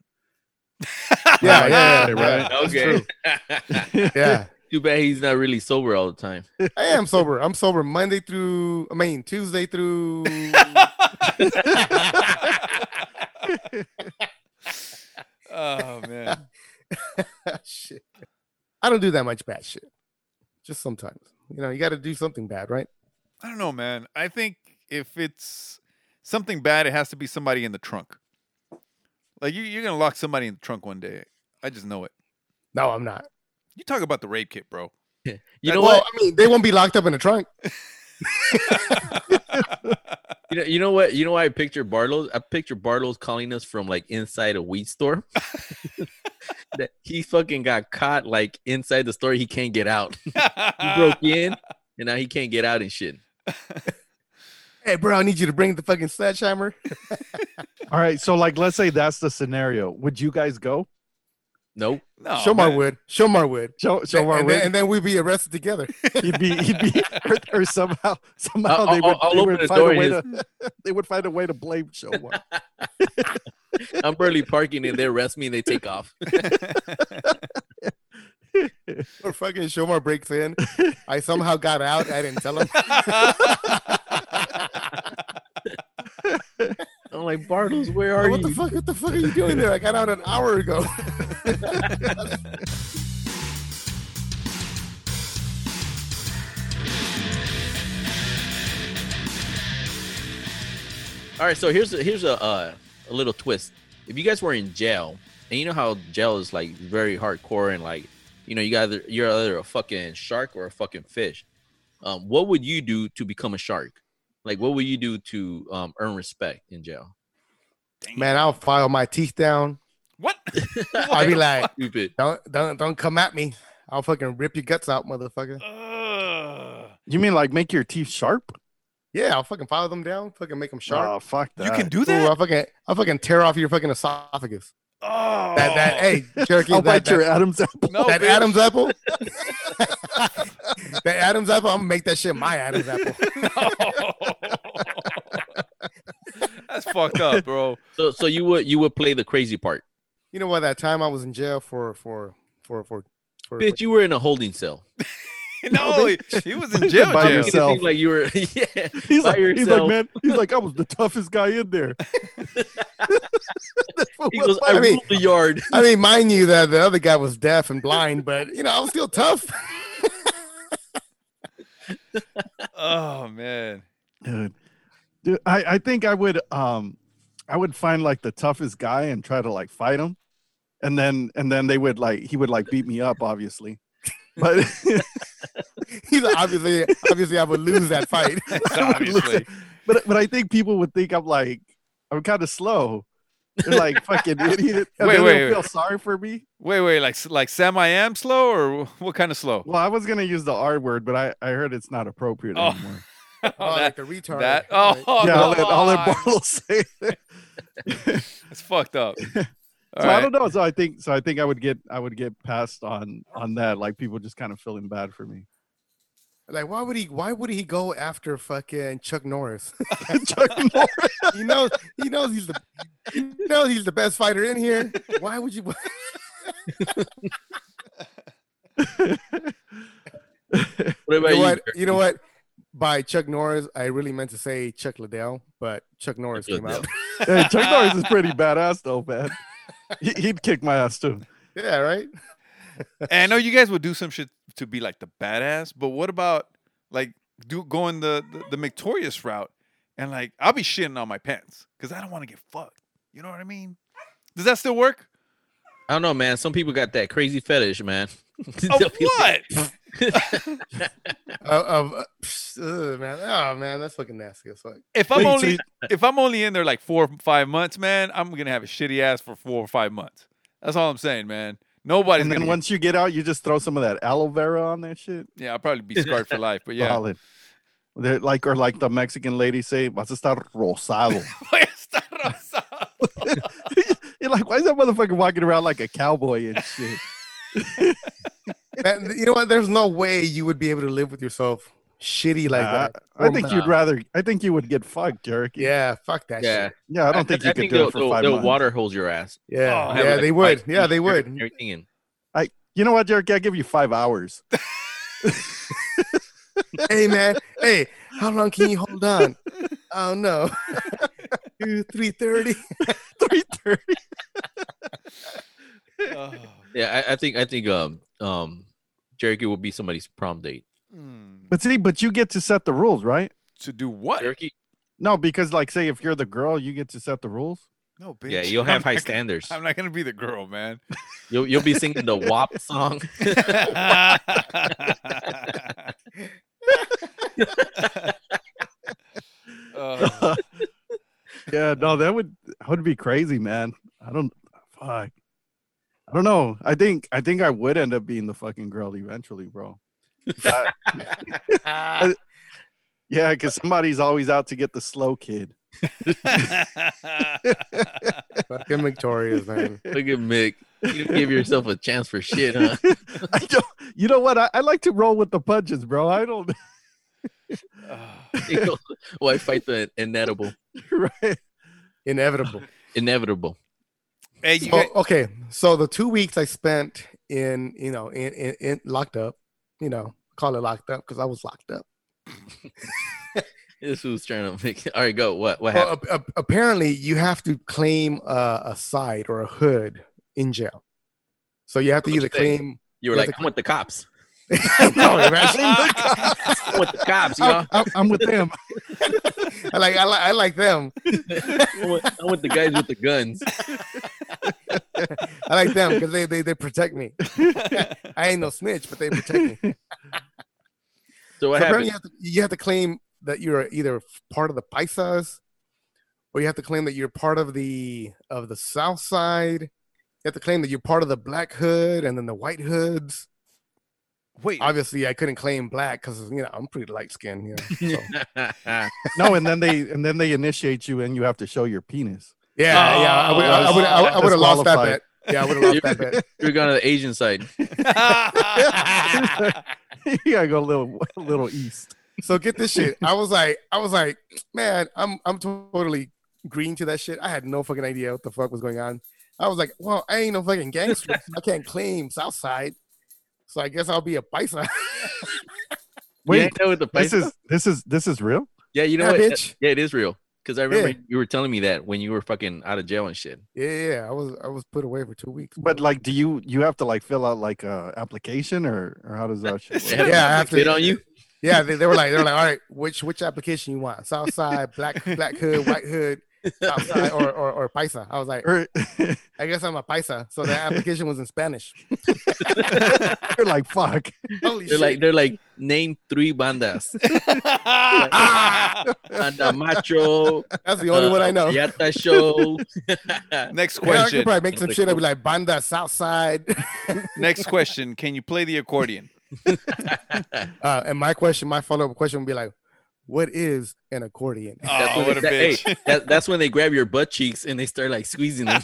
S5: Yeah, yeah, yeah,
S8: Right,
S5: yeah.
S8: right.
S5: That's
S7: Okay.
S5: true. Yeah.
S7: Too bad he's not really sober all the time.
S5: I am sober. I'm sober Monday through, I mean, Tuesday through.
S6: Oh man.
S5: shit. I don't do that much bad shit. Just sometimes. You know, you got to do something bad, right?
S6: I don't know, man. I think if it's something bad, it has to be somebody in the trunk. Like you, you're gonna lock somebody in the trunk one day. I just know it.
S5: No, I'm not.
S6: You talk about the rape kit, bro.
S7: You know
S5: well,
S7: what?
S5: I mean, they won't be locked up in a trunk.
S7: You know, you know what? You know why I picture Barlow's? I picture Barlow's calling us from like inside a weed store. that he fucking got caught like inside the store. He can't get out. He broke in and now he can't get out and shit.
S5: Hey, bro, I need you to bring the fucking sledgehammer.
S8: All right. So, like, let's say that's the scenario. Would you guys go?
S7: Nope.
S6: no,
S5: show my
S6: man.
S5: wood. Show my wood.
S8: Show, show our
S5: and,
S8: way.
S5: then, and then we'd be arrested together.
S8: he'd be, he'd be, or, or somehow, somehow
S7: I'll-
S8: they would,
S7: I'll- I'll
S8: they
S7: open
S8: would
S7: the
S8: find
S7: door
S8: a way
S7: and
S8: to, they would find a way to blame show one.
S7: I'm barely parking and they arrest me and they take off.
S5: Or fucking Shomar breaks in. I somehow got out. I didn't tell him.
S7: I'm like, Bartles, where are
S5: what the
S7: you?
S5: fuck? What the fuck are you doing there? I got out an hour ago.
S7: All right, so here's a, here's a uh, a little twist. If you guys were in jail, and you know how jail is like very hardcore and like, you know, you got you're either a fucking shark or a fucking fish. Um, what would you do to become a shark? Like, what would you do to um, earn respect in jail?
S5: Man, I'll file my teeth down.
S6: What?
S5: I'll be like,
S7: Stupid.
S5: don't, don't, don't come at me. I'll fucking rip your guts out, motherfucker.
S6: Ugh.
S8: You mean like make your teeth sharp?
S5: Yeah, I'll fucking file them down. Fucking make them
S8: Oh,
S5: sharp.
S8: fuck that.
S6: you can do
S5: Ooh, I'll
S6: that.
S5: fucking, I'll fucking tear off your fucking esophagus.
S6: Oh,
S5: That, that, hey, Cherokee,
S8: I'll
S5: that,
S8: bite your
S5: that,
S8: Adam's apple.
S6: no,
S5: that
S6: bitch.
S5: Adam's apple. that Adam's apple. I'm gonna make that shit my Adam's apple.
S6: No. That's fucked up, bro.
S7: So, so you would you would play the crazy part,
S5: You know what? That time I was in jail for for for for for.
S7: bitch. You were in a holding cell.
S6: No, he, he was in jail.
S8: By
S6: jail.
S8: yourself.
S7: You think like you were, yeah.
S8: He's
S7: by
S8: like, he's like,
S7: yourself.
S8: man, he's like, I was the toughest guy in there. That's what
S7: He
S8: was
S7: goes,
S8: my-
S7: I
S5: I mean-
S7: ruled the yard.
S5: I mean, mind you, that the other guy was deaf and blind, but you know, I was still tough.
S6: Oh man.
S8: Dude, dude, I, I think I would um I would find like the toughest guy and try to like fight him. And then and then they would like he would like beat me up, obviously. But
S5: He's obviously, obviously, I would lose that fight.
S6: Obviously.
S8: but but I think people would think I'm like I'm kind of slow. They're like fucking idiot. And
S6: Wait,
S8: then
S6: wait,
S8: they'll
S6: wait.
S8: feel sorry for me.
S6: Wait, wait, like s- like Sam I am slow or wh- what kind of slow?
S8: Well, I was gonna use the R word, but I, I heard it's not appropriate
S6: Oh.
S8: anymore.
S5: Oh, like the retard.
S6: that oh,
S8: yeah, I'll let,
S6: come
S8: I'll let
S6: on.
S8: Bartle say it.
S6: It's fucked up. All
S8: so I
S6: right.
S8: don't know. So I think so. I think I would get I would get passed on on that. Like people just kind of feeling bad for me.
S5: Like, why would he? Why would he go after fucking Chuck Norris?
S8: Chuck Norris.
S5: he knows. He knows he's the. He knows he's the best fighter in here. Why would you?
S7: What
S5: You
S7: about you?
S5: know what? You know what? By Chuck Norris, I really meant to say Chuck Liddell, but Chuck Norris came out.
S8: hey, Chuck Norris is pretty badass though, man. He, he'd kick my ass too.
S5: Yeah, right.
S6: And I know you guys would do some shit to be like the badass, but what about like do going the the, the victorious route and like I'll be shitting on my pants because I don't want to get fucked. You know what I mean? Does that still work?
S7: I don't know, man. Some people got that crazy fetish, man.
S6: Oh,
S7: They'll be like-
S6: what?
S5: Uh, uh, psh, ugh, man. Oh man, that's fucking nasty as fuck.
S6: If I'm
S8: Wait, so
S6: only
S8: you-
S6: if I'm only in there like four or five months, man, I'm gonna have a shitty ass for four or five months. That's all I'm saying, man. Nobody's
S8: And
S6: gonna
S8: then
S6: get-
S8: once you get out, you just throw some of that aloe vera on that shit.
S6: Yeah, I'll probably be scarred for life. But yeah,
S8: Solid. They're like or like the Mexican lady say, "Vas a estar rosado."
S6: Está rosado.
S8: You're like, why is that motherfucker walking around like a cowboy and shit?
S5: Man, you know what? There's no way you would be able to live with yourself shitty like
S8: Nah,
S5: that.
S8: I think
S7: Nah.
S8: you'd rather. I think you would get fucked, Jerk.
S5: Uh, Yeah, fuck that
S7: yeah.
S5: shit.
S8: Yeah, I don't think you could do
S7: they'll-
S8: it for
S7: they'll-
S8: five
S7: they'll
S8: months.
S7: water hose your ass.
S5: Yeah,
S6: Oh,
S7: Have,
S5: yeah,
S7: like,
S5: they would.
S7: fights
S5: Yeah,
S7: and
S5: they
S7: everything
S5: would.
S7: and Everything and
S8: You know what, Jerk? I'll give you five hours.
S5: hey man, hey, how long can you hold on? Oh, I don't know. Two, three thirty.
S8: Three thirty.
S6: Oh,
S7: Yeah, I, I think I think um um Jerky will be somebody's prom date.
S6: hmm.
S8: But see, but you get to set the rules, right?
S6: To do what?
S7: Jerky,
S8: No, because like say if you're the girl, you get to set the rules.
S6: No, bitch.
S7: yeah, you'll
S6: I'm
S7: have
S6: not
S7: high
S6: gonna-
S7: standards.
S6: I'm not gonna be the girl, man.
S7: You'll you'll be singing the WAP song.
S6: Uh,
S8: yeah, no, that would that would be crazy, man. I don't fuck. I don't know. I think I think I would end up being the fucking girl eventually, bro. I- I- yeah, because somebody's always out to get the slow kid.
S5: Fucking Victoria's man.
S7: Look at Mick. You didn't give yourself a chance for shit, huh?
S8: I don't, you know what? I, I like to roll with the punches, bro. I don't
S7: You know, Why fight the inedible?
S8: right.
S5: Inevitable.
S7: Inevitable.
S6: hey, you
S5: Oh,
S6: guys-
S5: okay, so the two weeks I spent in, you know, in, in, in locked up, you know, call it locked up because I was locked up.
S7: This was trying to make. All right, go. What? What
S5: Well,
S7: happened?
S5: ap- ap- apparently, you have to claim uh, a side or a hood in jail. So you have to
S7: What'd
S5: either
S7: you think?
S5: claim.
S7: You were
S5: yeah,
S7: like,
S5: the-
S7: I'm with the cops.
S5: no, imagine.
S7: I'm with the cops. You know,
S8: I, I, I'm with them.
S5: I like I like I like them.
S7: I'm with, I'm with the guys with the guns.
S5: I like them because they, they they protect me. I ain't no snitch, but they protect me.
S7: So
S5: So
S7: what
S5: apparently,
S7: happened?
S5: you have, to, you have to claim that you're either part of the Paisas, or you have to claim that you're part of the of the South Side. You have to claim that you're part of the Black Hood and then the White Hoods.
S6: wait,
S5: Obviously, I couldn't claim black because you know I'm pretty light skinned. You know, so.
S8: No, and then they and then they initiate you, and you have to show your penis.
S5: Yeah, yeah. I would, I would, I, would have lost that bet. Yeah, I would have lost that bet.
S7: You're going to the Asian side.
S8: you gotta go a little a little east.
S5: So get this shit. I was like, I was like, man, I'm, I'm totally green to that shit. I had no fucking idea what the fuck was going on. I was like, well, I ain't no fucking gangster. so I can't claim Southside, so I guess I'll be a bison.
S7: Wait, you
S8: Wait,
S7: ain't know what the
S8: this
S7: Paisa-
S8: is this is this is real.
S7: Yeah, you know
S5: Yeah,
S7: what?
S5: bitch.
S7: Yeah, it is real. Because I remember
S5: Yeah.
S7: you were telling me that when you were fucking out of jail and shit.
S5: yeah, yeah. I was, I was put away for two weeks.
S8: But like, do you you have to like fill out like a application or or how does that shit
S7: They
S8: work?
S7: had
S5: Yeah,
S7: to
S5: after-
S7: spit on you.
S5: yeah, they, they were like, they were like, all right, which, which application you want? Southside, black, black hood, white hood, Southside, or, or, or paisa. I was like,
S8: Or,
S5: I guess I'm a paisa. So the application was in Spanish.
S8: you're like, fuck.
S5: Holy
S7: They're
S5: shit.
S7: like, they're like, name three bandas. Banda Macho,
S5: That's the only
S7: uh,
S5: one I know. Yeah,
S7: Yata Show.
S6: Next
S5: I
S6: question.
S5: could probably make some shit. I'd be like Banda Southside.
S6: Next question. Can you play the accordion?
S5: Uh, and my question, my follow up question would be like, "What is an accordion?"
S7: That's
S6: Oh,
S7: when
S6: what a
S7: they- that-
S6: bitch.
S7: hey, that- that's when they grab your butt cheeks and they start like squeezing them.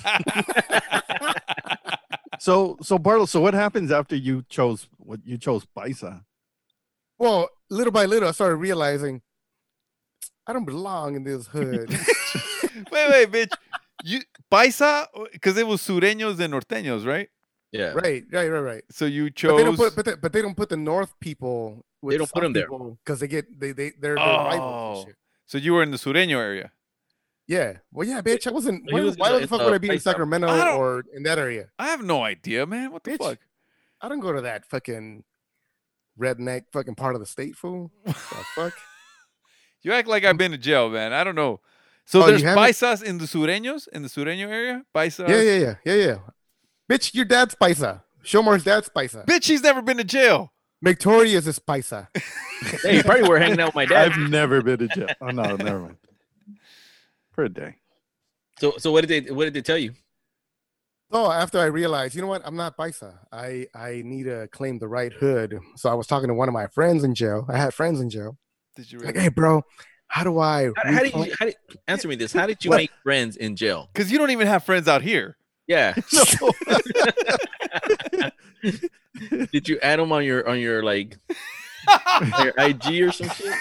S8: So so Bartle, so what happens after you chose what you chose Paisa?
S5: Well, little by little, I started realizing I don't belong in this hood.
S6: wait, wait, bitch. You paisa because it was sureños and norteños, right?
S7: Yeah.
S5: right, right, right, right.
S6: So you chose.
S5: But they don't put, but they, but they don't put the North people. With
S7: They don't put 'em there.
S5: because they get they they they're, they're rivals.
S6: Oh.
S5: And shit.
S6: so you were in the sureño area.
S5: Yeah. Well, yeah, bitch. I wasn't.
S7: He
S5: Why,
S7: was in
S5: why
S7: the-
S5: the
S7: in
S5: fuck
S7: the
S5: would I be in
S7: place that-
S5: Sacramento
S6: I don't-
S5: or in that area?
S6: I have no idea, man. What the
S5: Bitch.
S6: fuck?
S5: I don't go to that fucking redneck fucking part of the state, fool. The fuck?
S6: You act like I've been to jail, man. I don't know. So
S5: Oh, you
S6: there's
S5: haven't-
S6: paisas in the sureños in the sureño area. Paisas.
S5: Yeah, yeah, yeah, yeah, yeah. Bitch, your dad's paisa. Shomar's dad's paisa.
S6: Bitch, he's never been to jail.
S5: Victoria's is paisa.
S7: Hey, you probably were hanging out with my dad.
S8: I've never been to jail. Oh no, never mind. For a day.
S7: So, so what did they what did they tell you?
S5: So after I realized, you know what, I'm not paisa. I I need to claim the right hood. So I was talking to one of my friends in jail. I had friends in jail.
S6: Did you?
S5: Like, hey, bro, how do I?
S7: How, how did
S5: reclaim-"
S7: you how did, answer me this? How did you
S5: What?
S7: make friends in jail?
S6: Because you don't even have friends out here.
S7: Yeah. did you add them on your on your like on your IG or some shit?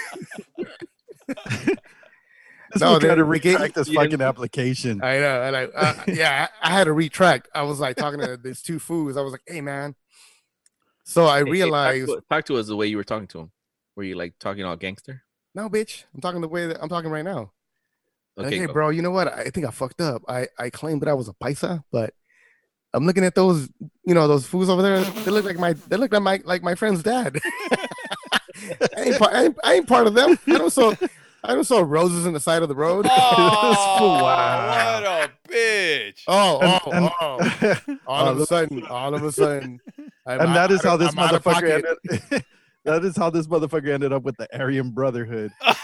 S8: This
S5: No,
S8: no,
S5: they-
S8: got to
S5: they gave-
S8: retract this
S7: yeah.
S8: fucking application.
S5: I know, and I uh, yeah, I, I had to retract. I was like talking to these two fools. I was like, hey man. So I
S7: Hey, hey, talk to
S5: realized,
S7: us- talk to us the way you were talking to him. Were you like talking all gangster?
S5: no, bitch, I'm talking the way that I'm talking right now. Like,
S7: Okay,
S5: hey,
S7: go.
S5: bro, you know what? I think I fucked up. I, I claimed that I was a paisa, but I'm looking at those, you know, those fools over there. They look like my, they look like my, like my friend's dad. I, ain't part, I, ain't, I ain't part of them. I don't saw, I don't saw roses in the side of the road.
S6: Oh,
S8: Wow.
S6: what a bitch!
S5: Oh,
S8: And-
S5: oh,
S8: and-
S5: oh.
S8: and
S5: All of a
S8: look-
S5: sudden, all of a sudden, I'm
S8: that
S5: out-
S8: is how this
S5: I'm out of
S8: motherfucker
S5: pocket.
S8: ended. that is how this motherfucker ended up with the Aryan Brotherhood.
S6: is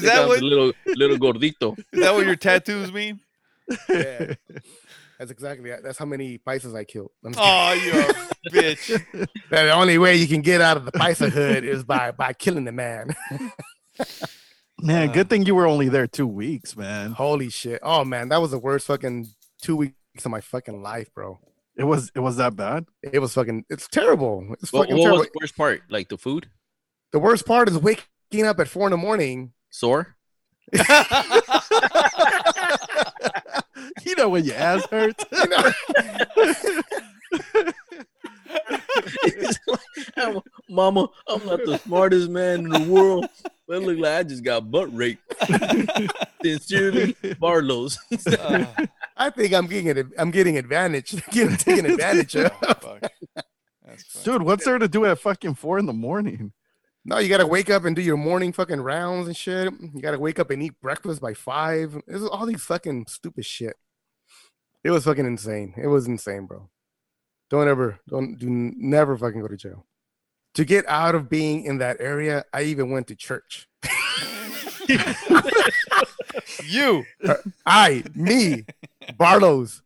S7: They
S6: that
S7: got
S6: what
S7: the little little gordito?
S6: is that what your tattoos mean?
S5: Yeah. That's exactly that's how many Pisces I killed. I'm just
S6: Oh, you bitch!
S5: kidding. the only way you can get out of the Pisces hood is by by killing the man.
S8: Man,
S6: Uh.
S5: Um,
S8: good thing you were only there two weeks, man.
S5: Holy shit! Oh man, that was the worst fucking two weeks of my fucking life, bro.
S8: It was it was that bad.
S5: It was fucking. It's terrible. It's
S7: What,
S5: fucking
S7: what
S5: terrible.
S7: was the worst part? Like the food?
S5: The worst part is waking up at four in the morning.
S7: Sore?
S8: You know when your ass hurts.
S5: You know,
S7: It's like, I'm- Mama, I'm not the smartest man in the world. But it look like I just got butt raped. Sincerely, Barlow's.
S6: Oh,
S5: I think I'm getting it. I'm getting advantage. Getting taken advantage of.
S6: Oh, fuck. That's funny.
S8: Dude, what's there to do at fucking four in the morning?
S5: No, you gotta wake up and do your morning fucking rounds and shit. You gotta wake up and eat breakfast by five. This is all these fucking stupid shit. It was fucking insane. It was insane, bro. Don't ever, don't do never fucking go to jail. To get out of being in that area, I even went to church.
S6: You
S5: I, me, Barlow's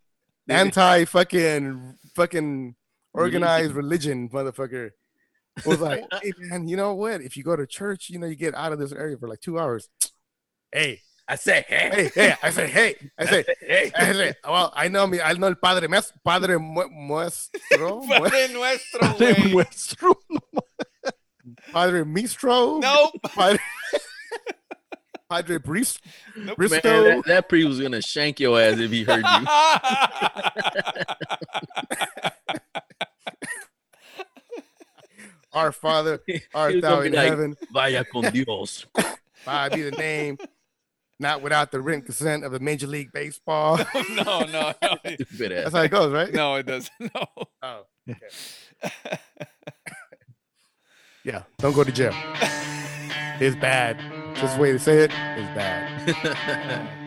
S5: anti fucking fucking organized religion motherfucker was like, hey man, you know what? If you go to church, you know, you get out of this area for like two hours. Hey,
S7: I said, hey.
S5: hey, hey, I say, hey, I say,
S7: hey.
S5: I say, well, I know me, I know el padre mes, padre mu- muestro, mu-
S6: Padre nuestro,
S8: In
S6: güey.
S8: Western-
S5: padre mistro,
S6: Nope.
S5: padre, padre bris,
S6: Nope.
S7: Man,
S5: bristo.
S7: that, that pre was gonna shank your ass if he heard you.
S5: Our Father, art
S7: He was
S5: thou
S7: gonna
S5: in
S7: be like-
S5: heaven,
S7: Vaya con Dios.
S5: by be the name, not without the written consent of the Major League Baseball.
S6: no, no, no.
S7: Stupid
S5: That's
S7: ass.
S5: how it goes, right?
S6: No, it doesn't. No.
S5: Oh, yeah. Don't go to jail. It's bad. Just the way to say it. It's bad.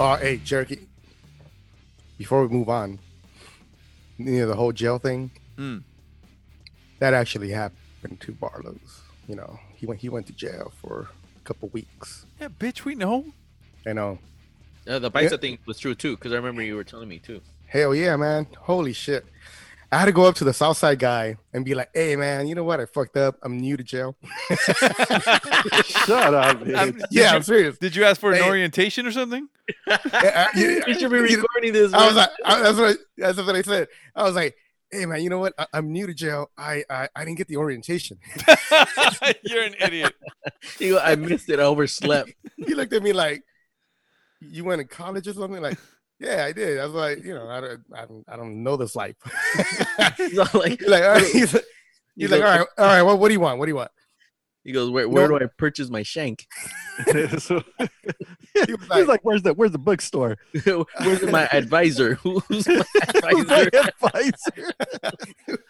S5: Oh, hey, Jerky. Before we move on, you know the whole jail thing.
S6: Hmm.
S5: That actually happened to Barlow's. You know, he went he went to jail for a couple weeks. um,
S6: Yeah, bitch, we know.
S5: I know.
S7: Uh, the paisa thing was true too, because I remember you were telling me too.
S5: Hell yeah, man. Holy shit. I had to go up to the South Side guy and be like, hey, man, you know what? I fucked up. I'm new to jail.
S8: Shut up, man.
S6: I'm-
S5: yeah, I'm serious.
S6: Did you ask for an
S5: Hey.
S6: orientation or something?
S5: I, I-
S7: You should be recording this.
S5: I was like, I, that's, what I, that's what I said. I was like, hey, man, you know what? I, I'm new to jail. I, I, I didn't get the orientation.
S6: You're an idiot.
S7: He go, I missed it. I overslept.
S5: he looked at me like, you went to college or something? Like, yeah, I did. I was like, you know, I don't, I don't, I don't know this life.
S7: He's all like,
S5: He's like, all right. He's like,
S7: he
S5: he's like, all
S7: goes-
S5: right, all right. What, what do you want? What do you want?
S7: He goes, where, where
S5: No.
S7: do I purchase my shank?
S8: So-
S5: He was
S8: He's
S5: like,
S8: like, where's the where's the bookstore?
S7: Where's my advisor? Who's my advisor?
S8: Advisor.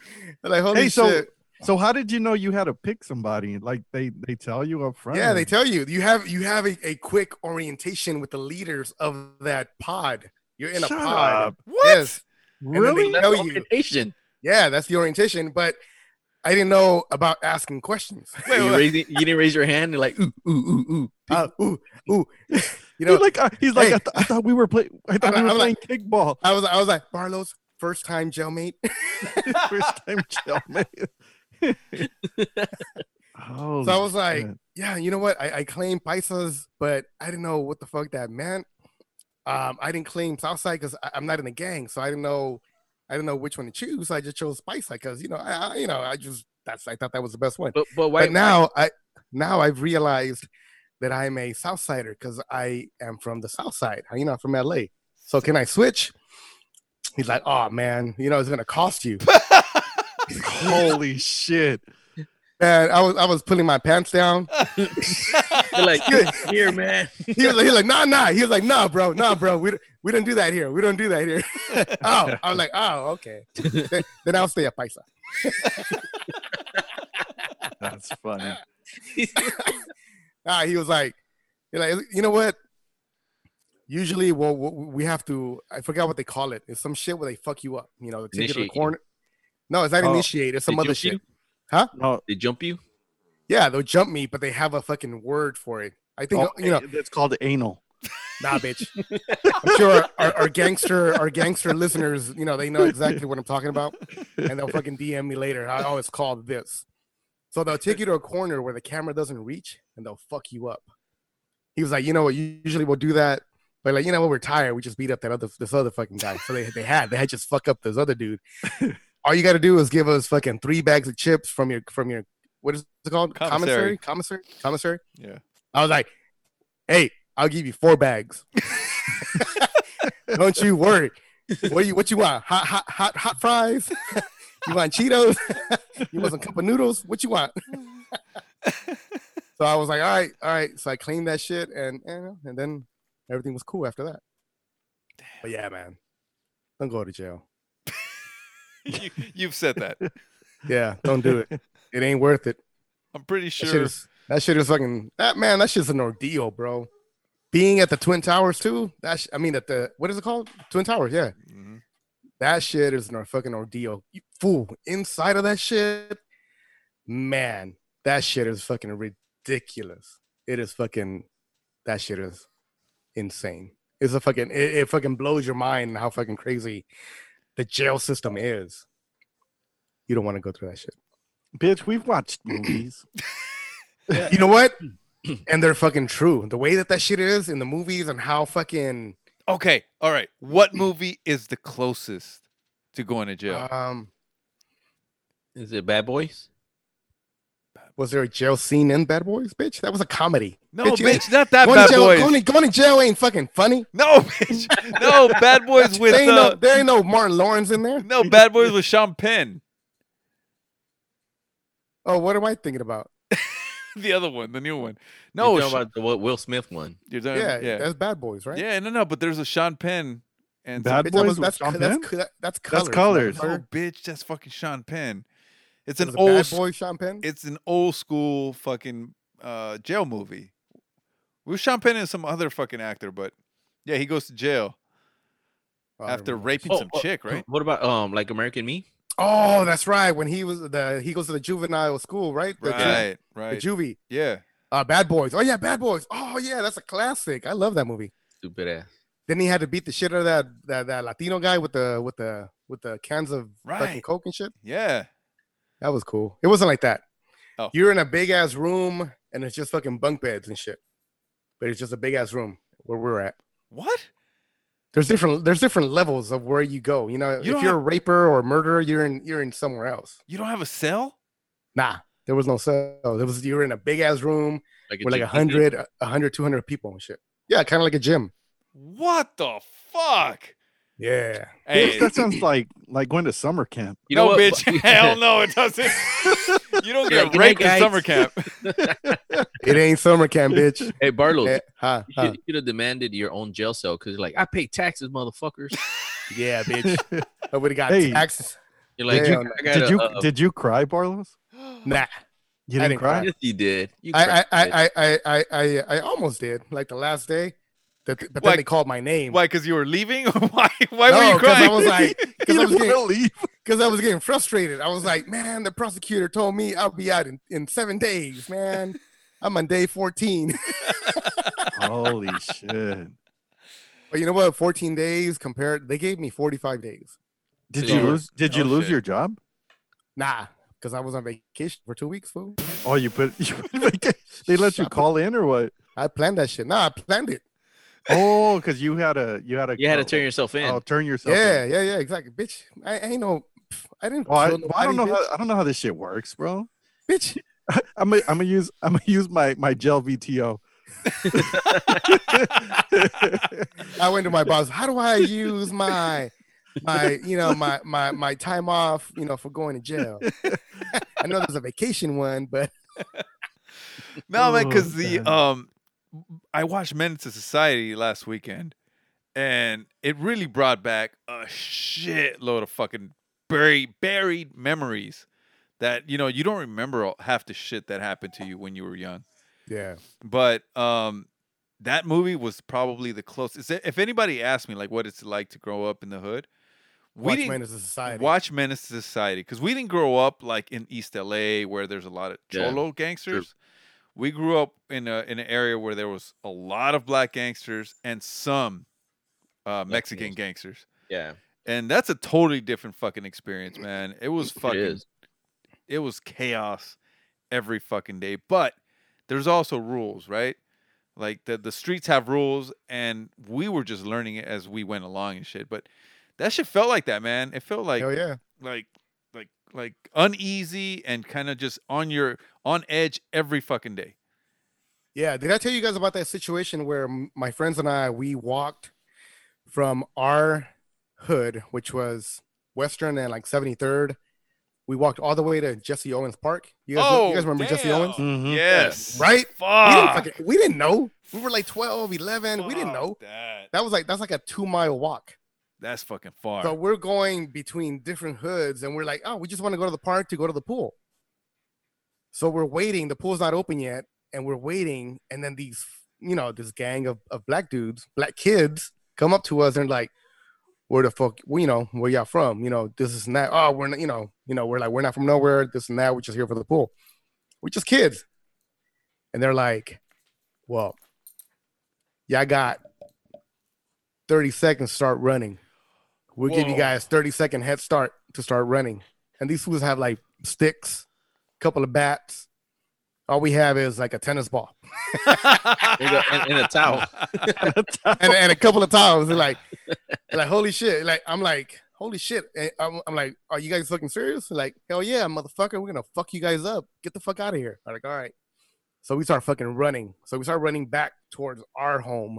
S5: like holy
S8: Hey, so-
S5: shit.
S8: So how did you know you had to pick somebody? Like they they tell you up front.
S5: Yeah, they tell you you have you have a, a quick orientation with the leaders of that pod. You're in a
S8: Shut
S5: pod.
S8: up.
S6: What?
S5: Yes. then they
S8: really.
S5: know
S7: That's
S5: you.
S7: orientation.
S5: Yeah, that's the orientation. But I didn't know about asking questions.
S6: Wait,
S7: you,
S6: wait.
S7: raise it- you didn't raise your hand. You're like, ooh, ooh, ooh, ooh.
S5: Uh, ooh, ooh. you know,
S8: He's like, uh, he's like,
S5: Hey.
S8: I, th- I thought we were playing. I thought
S5: I'm-
S8: we were
S5: I'm
S8: playing
S5: like-
S8: kickball.
S5: I was I was like Barlow's first time jailmate.
S8: First time jail, man. oh,
S5: So I was like, yeah, you know what? I, I claimed Paisas, but I didn't know what the fuck that meant. Um, I didn't claim Southside because I'm not in the gang, so I didn't know, I didn't know which one to choose. So I just chose Paisa because you know, I, I you know, I just that's I thought that was the best one.
S7: But but why
S5: but now I now I've realized that I'm a Southsider because I am from the South Side. You know, I'm from LA. So can I switch? He's like, oh man, you know, it's gonna cost you.
S8: holy shit.
S5: Man, I was I was pulling my pants down.
S7: They're like, here, man.
S5: He was, he was like, nah, nah. He was like, nah, bro, nah, bro. We don't- we don't do that here. We don't do that here. oh, I was like, oh, okay. then, then I'll stay at Paisa.
S8: That's funny.
S5: Ah, he was like, he like, you know what? Usually, well, we have to. I forgot what they call it. It's some shit where they fuck you up. You know, they take you to the
S7: Initiate you.
S5: corner. No, it's not
S8: Oh.
S5: initiate. It's some
S7: They
S5: other
S7: jump you?
S5: shit.
S8: No,
S7: They jump you?
S5: Yeah, they'll jump me, but they have a fucking word for it. I think
S8: oh,
S5: you know.
S8: it's called anal.
S5: Nah, bitch. I'm sure our, our gangster, our gangster listeners, you know, they know exactly what I'm talking about, and they'll fucking DM me later. I always call this. So they'll take you to a corner where the camera doesn't reach, and they'll fuck you up. He was like, you know what? u- Usually we'll do that, but like, you know what? We're tired. We just beat up that other this other fucking guy. So they they had they had just fuck up this other dude. All you got to do is give us fucking three bags of chips from your from your what is it called
S6: Commissary.
S5: commissary commissary.
S6: Yeah.
S5: I was like, hey, I'll give you four bags. Don't you worry. What you what you want? Hot hot hot hot fries? you want Cheetos? you want some cup of noodles? What you want? so I was like, all right, all right. So I cleaned that shit and and, and then everything was cool after that. But yeah, man. Don't go to jail.
S6: you, you've said that.
S5: Yeah, don't do it. It ain't worth it.
S6: I'm pretty
S5: That shit
S6: sure.
S5: is that shit is fucking that man. That shit's an ordeal, bro. Being at the Twin Towers too. That sh- I mean, at the what is it called? Twin Towers. Yeah,
S6: Mhm.
S5: that shit is a fucking ordeal. You fool, inside of that shit, man, that shit is fucking ridiculous. It is fucking. That shit is insane. It's a fucking. It, it fucking blows your mind how fucking crazy the jail system is. You don't want to go through that shit.
S8: Bitch, we've watched movies.
S5: you know what? And they're fucking true. The way that that shit is in the movies and how fucking
S6: Okay. All right. What movie is the closest to going to jail?
S5: um
S7: Is it Bad Boys?
S5: was there a jail scene in Bad Boys, bitch? That was a comedy.
S6: no,
S5: bitch,
S6: bitch,
S5: you-
S6: not that
S5: going,
S6: bad
S5: to jail,
S6: boys.
S5: going, to, going to jail ain't fucking funny.
S6: No, bitch. No, bad boys with
S5: there, ain't
S6: uh,
S5: no, there ain't no Martin Lawrence in there.
S6: no bad boys with Sean Penn.
S5: Oh, what am I thinking about?
S6: The other one, the new one.
S7: No,
S6: No,
S7: you're talking
S6: Sh-
S7: about the Will Will Smith one.
S6: you're talking,
S5: Yeah,
S6: yeah, Um, yeah,
S5: that's Bad Boys, right?
S6: no, no. But there's a Sean Penn and some-
S8: Bad
S5: Bitch, that
S8: Boys
S5: was,
S8: with
S5: that's,
S8: Sean
S5: co- that's,
S8: Penn?
S5: co- that- that's colors.
S8: That's Colours.
S6: Oh,
S5: motherfucker.
S6: bitch, that's fucking Sean Penn. It's
S5: It was
S6: an
S5: a
S6: old,
S5: Bad
S6: s-
S5: Boy Sean Penn.
S6: it's an old school fucking uh, jail movie. With Sean Penn and some other fucking actor, but yeah, he goes to jail
S5: Oh, I
S6: after
S5: remember.
S6: raping some
S7: oh,
S6: chick, right?
S7: What about um like American Me?
S5: Oh, that's right. When he was the he goes to the juvenile school, right? The, ju-
S6: Right,
S5: the
S6: right.
S5: juvie.
S6: Yeah.
S5: Uh, Bad Boys. Oh yeah, Bad Boys. Oh yeah, that's a classic. I love that movie.
S7: Stupid ass.
S5: Then he had to beat the shit out of that that, that Latino guy with the with the with the cans of fucking
S6: Right.
S5: coke and shit.
S6: Yeah.
S5: That was cool. It wasn't like that.
S6: Oh.
S5: You're in a big ass room and it's just fucking bunk beds and shit. But it's just a big ass room where we're at.
S6: What?
S5: There's different there's different levels of where you go. You know,
S6: You don't
S5: if you're
S6: have-
S5: a raper or a murderer, you're in you're in somewhere else.
S6: You don't have a cell?
S5: Nah, there was no cell. There was you're in a big ass room
S7: Like
S5: with like a
S7: chick-
S5: hundred, a hundred, two hundred people and shit. Yeah, kind of like a gym.
S6: What the fuck?
S5: Yeah.
S8: Bitch,
S6: Hey,
S8: that sounds like like going to summer camp.
S7: You
S6: no,
S7: know what?
S6: bitch. Hell no, it doesn't. you don't
S7: Yeah,
S6: get
S7: good night,
S6: raped in
S7: guys.
S6: summer camp.
S5: It ain't summer camp, bitch.
S7: Hey Barlow,
S5: Eh, huh,
S7: you
S5: huh.
S7: should- you should have demanded your own jail cell because like I pay taxes, motherfuckers.
S5: Yeah, bitch. Nobody got
S8: Hey.
S5: taxes.
S7: You're like, uh,
S5: Did you-
S7: I got
S8: Did
S7: a-
S8: you
S7: a- a-
S8: did you cry, Barlos?
S5: Nah, I
S8: You didn't,
S5: didn't
S8: cry.
S5: cry.
S7: Yes, you did. You
S5: I, I,
S7: cracked it.
S5: I, I, I, I, I almost did. Like the last day, that, but then
S6: Why-
S5: they called my name.
S6: Why? Because you were leaving? why why
S5: No,
S6: were you
S5: 'cause I
S6: crying?
S5: was like, because I, was getting-
S8: leave.
S5: 'cause I was getting frustrated. I was like, man, the prosecutor told me I'll be out in, in seven days, man. I'm on day 14.
S8: Holy shit!
S5: But you know what? 14 days compared, they gave me 45 days.
S8: Did
S7: So
S8: you
S7: you were-
S8: lose? Did you
S6: oh,
S8: lose
S6: shit.
S8: your job?
S5: Nah, because I was on vacation for two weeks, fool.
S8: Oh, you put you put vaca- they let you
S5: Shut
S8: call in or what?
S5: I planned that shit. Nah, I planned it.
S8: Oh, because you had a you had a
S7: you had to turn yourself in.
S8: Oh, turn yourself. in.
S5: Yeah, yeah, yeah, exactly. Bitch, I I ain't no, pff, I didn't.
S8: Oh, I,
S5: kill
S8: well, I don't know
S5: nobody,
S8: how I don't know how this shit works, bro.
S5: bitch. Bitch,
S8: I'm gonna I'm gonna use I'm gonna use my my gel VTO.
S5: I went to my boss. How do I use my my you know my my my time off you know for going to jail. I know there's a vacation one, but
S6: No, man, because
S8: Oh,
S6: the
S8: man.
S6: um, I watched Men to Society last weekend, and it really brought back a shitload of fucking buried buried memories that you know you don't remember all- half the shit that happened to you when you were young.
S5: yeah,
S6: But um, that movie was probably the closest. If anybody asked me like what it's like to grow up in the hood, we
S5: Watchmen
S6: didn't
S5: is a society.
S6: watch Menace to Society because we didn't grow up like in East LA where there's a lot of
S7: Yeah,
S6: cholo gangsters. We grew up in a in an area where there was a lot of black gangsters and some uh, Mexican
S7: Latinos.
S6: gangsters,
S7: Yeah,
S6: and that's a totally different fucking experience, man. It was fucking
S7: it is.
S6: it was chaos every fucking day. But there's also rules, right? Like the the streets have rules, and we were just learning it as we went along and shit. But that shit felt like that, man. It felt like
S5: Hell yeah,
S6: like like like uneasy and kind of just on your on edge every fucking day.
S5: yeah. Did I tell you guys about that situation where m- my friends and I we walked from our hood, which was Western and like 73rd. We walked all the way to Jesse Owens Park. You guys,
S6: Oh,
S5: you guys remember Jesse Owens?
S8: Mhm.
S6: Yes.
S5: Right? We didn't,
S6: Fuck.
S5: fucking, we didn't know. We were like 12, 11. We didn't
S6: Fuck
S5: know.
S6: That.
S5: That was like that's like a two mile walk.
S6: That's fucking far.
S5: So we're going between different hoods, and we're like, oh, we just want to go to the park to go to the pool. So we're waiting. The pool's not open yet, and we're waiting. And then these, you know, this gang of, of black dudes, black kids, come up to us and like, where the fuck, well, you know, where y'all from? You know, this is not. Oh, we're not, you know, you know, we're like, we're not from nowhere. This and that. We're just here for the pool. We're just kids. And they're like, well, y'all got 30 seconds. to Start running. We'll give you
S6: Whoa.
S5: guys 30 second head start to start running. And these fools have like sticks, couple of bats. All we have is like a tennis ball
S7: There you go, and, and a towel.
S5: and, and a couple of towels. They're like, they're like holy shit! Like I'm like, holy shit! And I'm, I'm like, are you guys fucking serious? They're like, hell yeah, motherfucker! We're gonna fuck you guys up. Get the fuck out of here! I'm like, all right. So we start fucking running. So we start running back towards our home,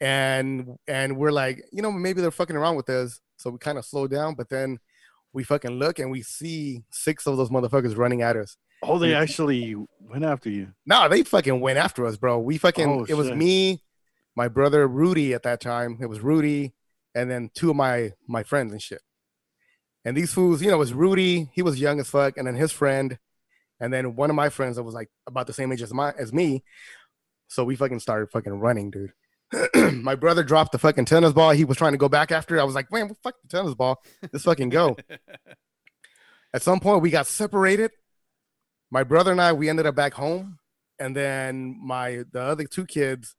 S5: and and we're like, you know, maybe they're fucking around with us. So we kind of slow down, but then we fucking look and we see six of those motherfuckers running at us.
S8: Oh, they actually went after you.
S5: No, they fucking went after us, bro. We fucking
S8: Oh,
S5: it was
S8: shit.
S5: me, my brother Rudy at that time. It was Rudy, and then two of my my friends and shit. And these fools, you know, it was Rudy. He was young as fuck, and then his friend, and then one of my friends that was like about the same age as my as me. So we fucking started fucking running, dude. my brother dropped the fucking tennis ball. He was trying to go back after. it. I was like, man, fuck the tennis ball. Let's fucking go. at some point, we got separated. My brother and I, we ended up back home and then my the other two kids,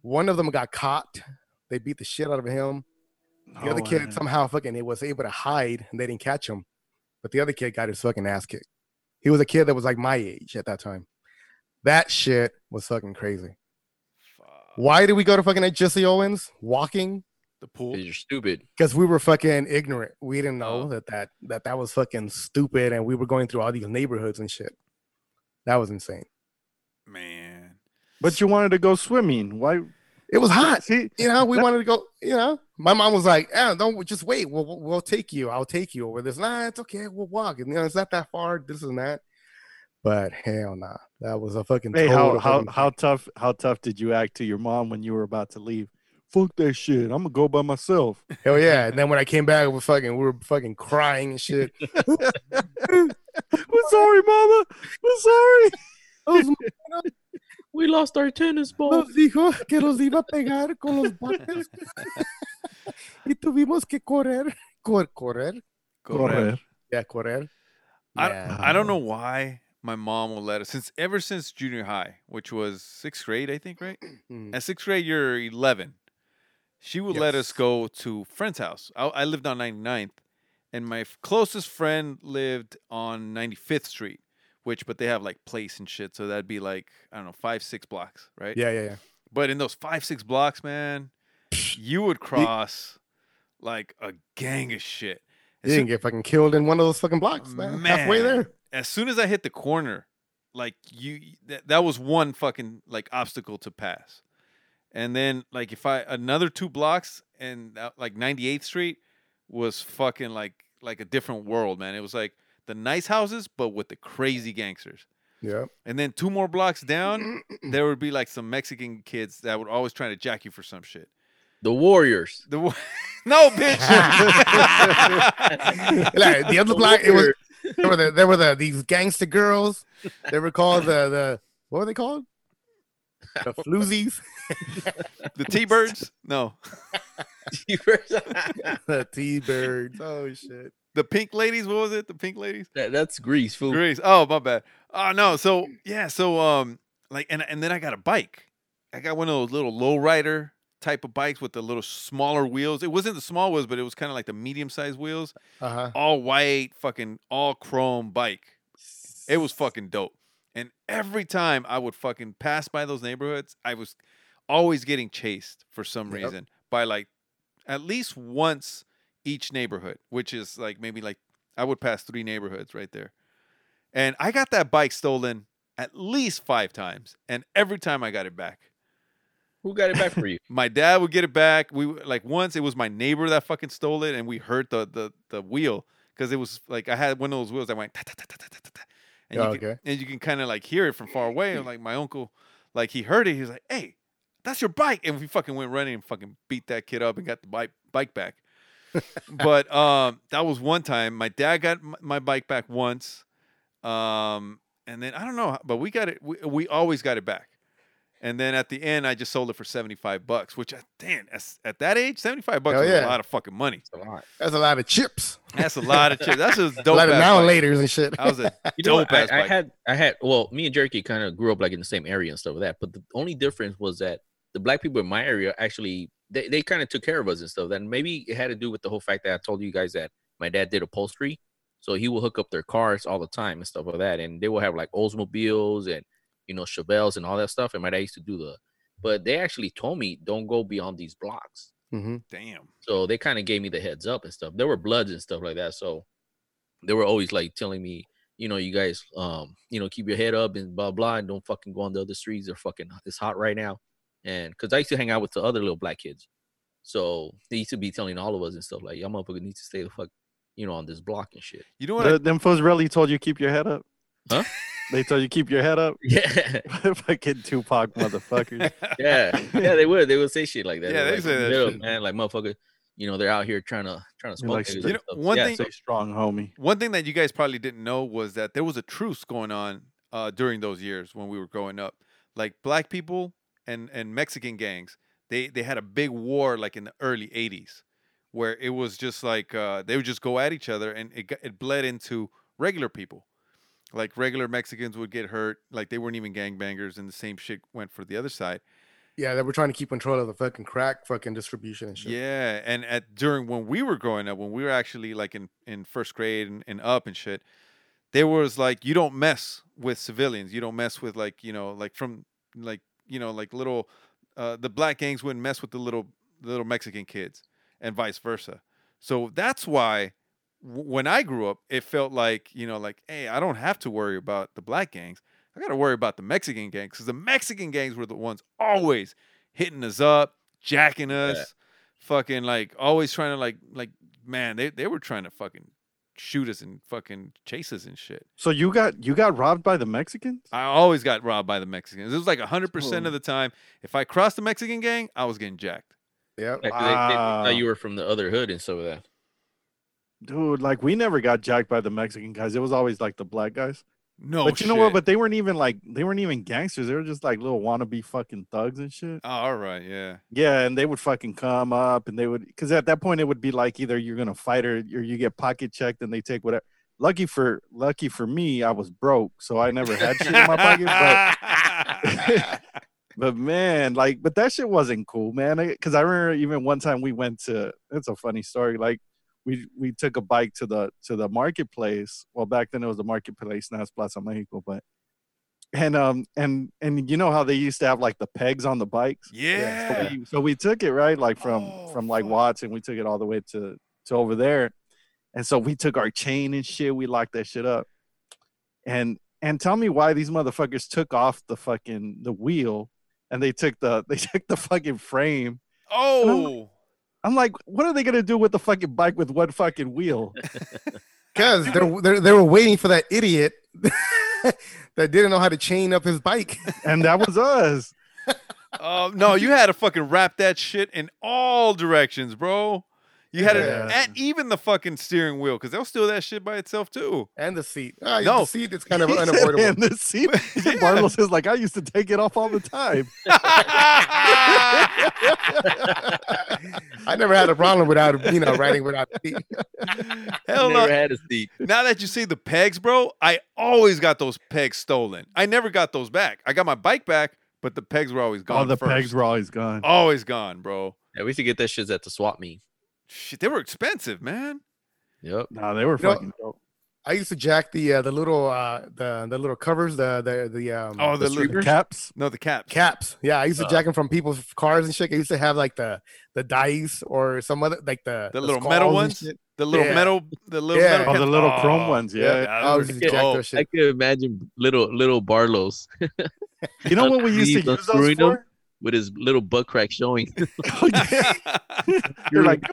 S5: one of them got caught. They beat the shit out of him. The other
S8: Oh,
S5: kid
S8: man.
S5: somehow fucking it was able to hide and they didn't catch him. But the other kid got his fucking ass kicked. He was a kid that was like my age at that time. That shit was fucking crazy.
S6: Fuck.
S5: Why did we go to fucking Jesse Owens walking?
S6: The pool.
S7: 'Cause You're stupid.
S5: Because we were fucking ignorant. We didn't know
S6: Oh.
S5: that, that that that was fucking stupid, and we were going through all these neighborhoods and shit. That was insane.
S6: Man.
S8: But you wanted to go swimming. Why?
S5: It was hot.
S8: See,
S5: you know, we wanted to go. You know, my mom was like, eh, "Don't just wait. We'll we'll- we'll take you. I'll take you over this. Nah, it's okay. We'll walk. And, you know, it's not that far. This and that." But hell nah, that was a fucking.
S8: Hey, how
S5: total
S8: how
S5: fucking-
S8: how tough how tough did you act to your mom when you were about to leave? Fuck that shit. I'm gonna go by myself.
S5: hell yeah! And then when I came back, we were fucking we were fucking crying and shit.
S8: We're sorry, mama. We're sorry.
S7: We lost our tennis ball.
S5: Nos dijo que nos iba a pegar con los bates y tuvimos que correr, cor- correr,
S6: Go ahead.
S5: yeah, correr.
S6: I,
S5: Yeah.
S6: I don't know why my mom will let us since ever since junior high, which was sixth grade, I think, right?
S5: Mm.
S6: At sixth grade, you're 11. She would let us
S5: Yes.
S6: go to friend's house. I, I lived on 99th, and my f- closest friend lived on 95th Street, which, but they have like place and shit. So that'd be like, I don't know, five, six blocks, right?
S5: Yeah, yeah, yeah.
S6: But in those five, six blocks, man, you would cross like a gang of shit.
S5: You
S6: As
S5: didn't
S6: soon-
S5: get fucking killed in one of those fucking blocks, man. Halfway
S6: Man.
S5: there.
S6: as soon as I hit the corner, like you, that, that was one fucking like obstacle to pass. And then like if I another two blocks and uh, like 98th Street, was fucking like like a different world, man. It was like the nice houses, but with the crazy gangsters.
S5: Yeah.
S6: And then two more blocks down, there would be like some Mexican kids that would always try to jack you for some shit.
S7: The Warriors.
S6: The wa- no bitch.
S5: Like, uh, the other block, it was there were the, there were the these gangster girls. They were called the the what were they called? The floozies,
S6: the T Birds? No.
S7: that,
S5: the T birds. Oh shit!
S6: The pink ladies, what was it? The pink ladies?
S7: that's Greece, fool.
S6: Greece. Oh, my bad. Oh no. So yeah, so um like and and then I got a bike. I got one of those little low rider type of bikes with the little smaller wheels. It wasn't the small wheels, but it was kind of like the medium sized wheels.
S5: Uh huh.
S6: All white, fucking all chrome bike. It was fucking dope. And every time I would fucking pass by those neighborhoods, I was always getting chased for some
S5: Yep.
S6: reason by like at least once each neighborhood, which is like maybe like I would pass three neighborhoods right there. And I got that bike stolen at least five times. And every time I got it back.
S7: Who got it back for you?
S6: My dad would get it back. We like once it was my neighbor that fucking stole it, and we heard the the the wheel because it was like I had one of those wheels that went ta ta ta ta ta ta ta, ta, and you
S5: Oh,
S6: can,
S5: okay.
S6: and you can kind of like hear it from far away. And like my uncle, like he heard it, he was like, "Hey, that's your bike!" And we fucking went running and fucking beat that kid up and got the bike bike back. but um, that was one time. My dad got m- my bike back once, um, and then I don't know, but we got it. We, we always got it back. And then at the end, I just sold it for seventy five bucks, which I, damn, as- at that age, seventy five bucks
S5: Hell
S6: is a
S5: yeah.
S6: lot of fucking money.
S7: That's a lot.
S5: That's a lot of chips.
S6: That's a lot of shit. That's a dope.
S5: a lot of
S6: ass Oh.
S5: now and
S6: bike.
S5: later's and shit.
S6: That was a
S7: You know,
S6: dope
S7: what? I,
S6: ass
S7: I
S6: bike.
S7: had, I had. Well, me and Jerky kind of grew up like in the same area and stuff like that. But the only difference was that the black people in my area actually they, they kind of took care of us and stuff. And maybe it had to do with the whole fact that I told you guys that my dad did upholstery, so he will hook up their cars all the time and stuff like that. And they will have like Oldsmobiles and you know Chevelles and all that stuff. And my dad used to do the, but they actually told me don't go beyond these blocks.
S5: hmm
S6: damn.
S7: So they kind of gave me the heads up and stuff. There were bloods and stuff like that. So they were always like telling me, you know, you guys, um, you know, keep your head up and blah blah, and don't fucking go on the other streets. They're fucking it's hot right now. And because I used to hang out with the other little black kids, so they used to be telling all of us and stuff like, y'all motherfuckers need to stay the fuck, you know, on this block and shit.
S6: You know what?
S8: The, them fools really told you keep your head up.
S7: Huh?
S8: They told you keep your head up.
S7: Yeah,
S8: Fucking Tupac, motherfuckers.
S7: yeah, yeah. They would, they would say shit like that.
S6: Yeah,
S7: They're
S6: they
S7: like,
S6: say that
S7: "Yo,
S6: shit.
S7: man, like motherfucker, you know, they're out here trying to trying to
S8: You're
S7: smoke.
S8: like,
S7: niggas
S8: "Straight
S7: and
S6: up,
S7: stuff."
S6: one
S7: Yeah,
S6: thing-
S7: so-
S8: Stay strong, homie.
S6: One thing that you guys probably didn't know was that there was a truce going on uh, during those years when we were growing up. Like black people and and Mexican gangs, they they had a big war like in the early '80s, where it was just like uh, they would just go at each other, and it got, it bled into regular people. Like regular Mexicans would get hurt, like they weren't even gangbangers, and the same shit went for the other side.
S5: Yeah, they were trying to keep control of the fucking crack fucking distribution and shit.
S6: Yeah, and at during when we were growing up, when we were actually like in in first grade and, and up and shit, there was like you don't mess with civilians. You don't mess with like you know like from like you know like little uh, the black gangs wouldn't mess with the little little Mexican kids and vice versa. So that's why w- when I grew up, it felt like you know like hey, I don't have to worry about the black gangs. I got to worry about the Mexican gangs because the Mexican gangs were the ones always hitting us up, jacking us, fucking like always trying to like like man, they they were trying to fucking shoot us and fucking chase us and shit.
S8: So you got you got robbed by the Mexicans?
S6: I always got robbed by the Mexicans. It was like hundred percent
S8: Cool.
S6: of the time. If I crossed the Mexican gang, I was getting jacked.
S5: Yeah.
S7: Yeah, 'cause they- they thought
S8: Wow.
S7: you were from the other hood and stuff like that.
S8: Dude, like we never got jacked by the Mexican guys. It was always like the black guys.
S6: No,
S8: but you know what?
S6: Oh, shit.
S8: But they weren't even like they weren't even gangsters. They were just like little wannabe fucking thugs and shit.
S6: Oh, all right, yeah,
S8: Yeah, and they would fucking come up and they would because at that point it would be like either you're gonna fight or, or you get pocket checked and they take whatever. Lucky for lucky for me, I was broke, so I never had shit in my pocket. But but man, like, but that shit wasn't cool, man. Because I, remember even one time we went to. It's a funny story. Like, we we took a bike to the to the marketplace. Well, back then it was the marketplace. Now it's Plaza Mexico, but and um and and you know how they used to have like the pegs on the bikes.
S6: yeah,
S8: So we, so we took it right, like from
S6: Oh,
S8: from like
S6: fuck.
S8: Watts, and we took it all the way to to over there, and so we took our chain and shit. We locked that shit up, and and tell me why these motherfuckers took off the fucking the wheel, and they took the they took the fucking frame.
S6: Oh,
S8: I'm like, what are they gonna do with the fucking bike with one fucking wheel?
S5: Because they're, they're they were waiting for that idiot that didn't know how to chain up his bike.
S8: And that was us.
S6: Um, no, you had to fucking wrap that shit in all directions, bro. You had
S5: Yeah.
S6: to at even the fucking steering wheel because they'll steal that shit by itself too.
S5: And the seat. Ah,
S6: No.
S5: the seat is kind of
S8: He said,
S5: unavoidable.
S8: "Man, the seat. Bartles is like, I used to take it off all the time.
S5: I never had a problem without you know riding without a seat.
S6: Hell
S7: never
S6: no.
S7: had a seat.
S6: Now that you see the pegs, bro, I always got those pegs stolen. I never got those back. I got my bike back, but the pegs were always gone.
S8: All the
S6: first.
S8: pegs were always gone.
S6: always gone, bro.
S7: Yeah, we used to get that shit at the swap meet.
S6: Shit, they were expensive, man.
S7: Yep.
S8: No, they were
S5: You know-
S8: fucking dope.
S5: I used to jack the uh, the little uh, the the little covers the the the um
S6: Oh, the,
S7: The
S6: little
S7: streamers?
S8: Caps.
S6: no, the caps.
S5: caps. Yeah, I used to
S7: Uh.
S5: jack them from people's cars and shit. I used to have like the the dice or some other like the
S6: The little metal
S5: skulls and
S6: ones?
S5: shit.
S6: The little
S5: Yeah.
S6: metal, the little
S5: Yeah.
S6: metal,
S8: Oh, the
S6: caps.
S8: little
S6: Oh,
S8: chrome ones. Yeah.
S6: yeah,
S5: I
S6: those
S5: was
S6: were
S5: just jack
S6: dope.
S5: those
S7: I
S5: shit.
S7: could imagine little little Barlos
S8: You know what we used
S7: Please,
S8: to
S7: don't
S8: use those
S7: ruin 'em.
S8: for? Oh,
S7: with his little butt crack showing.
S8: You're like,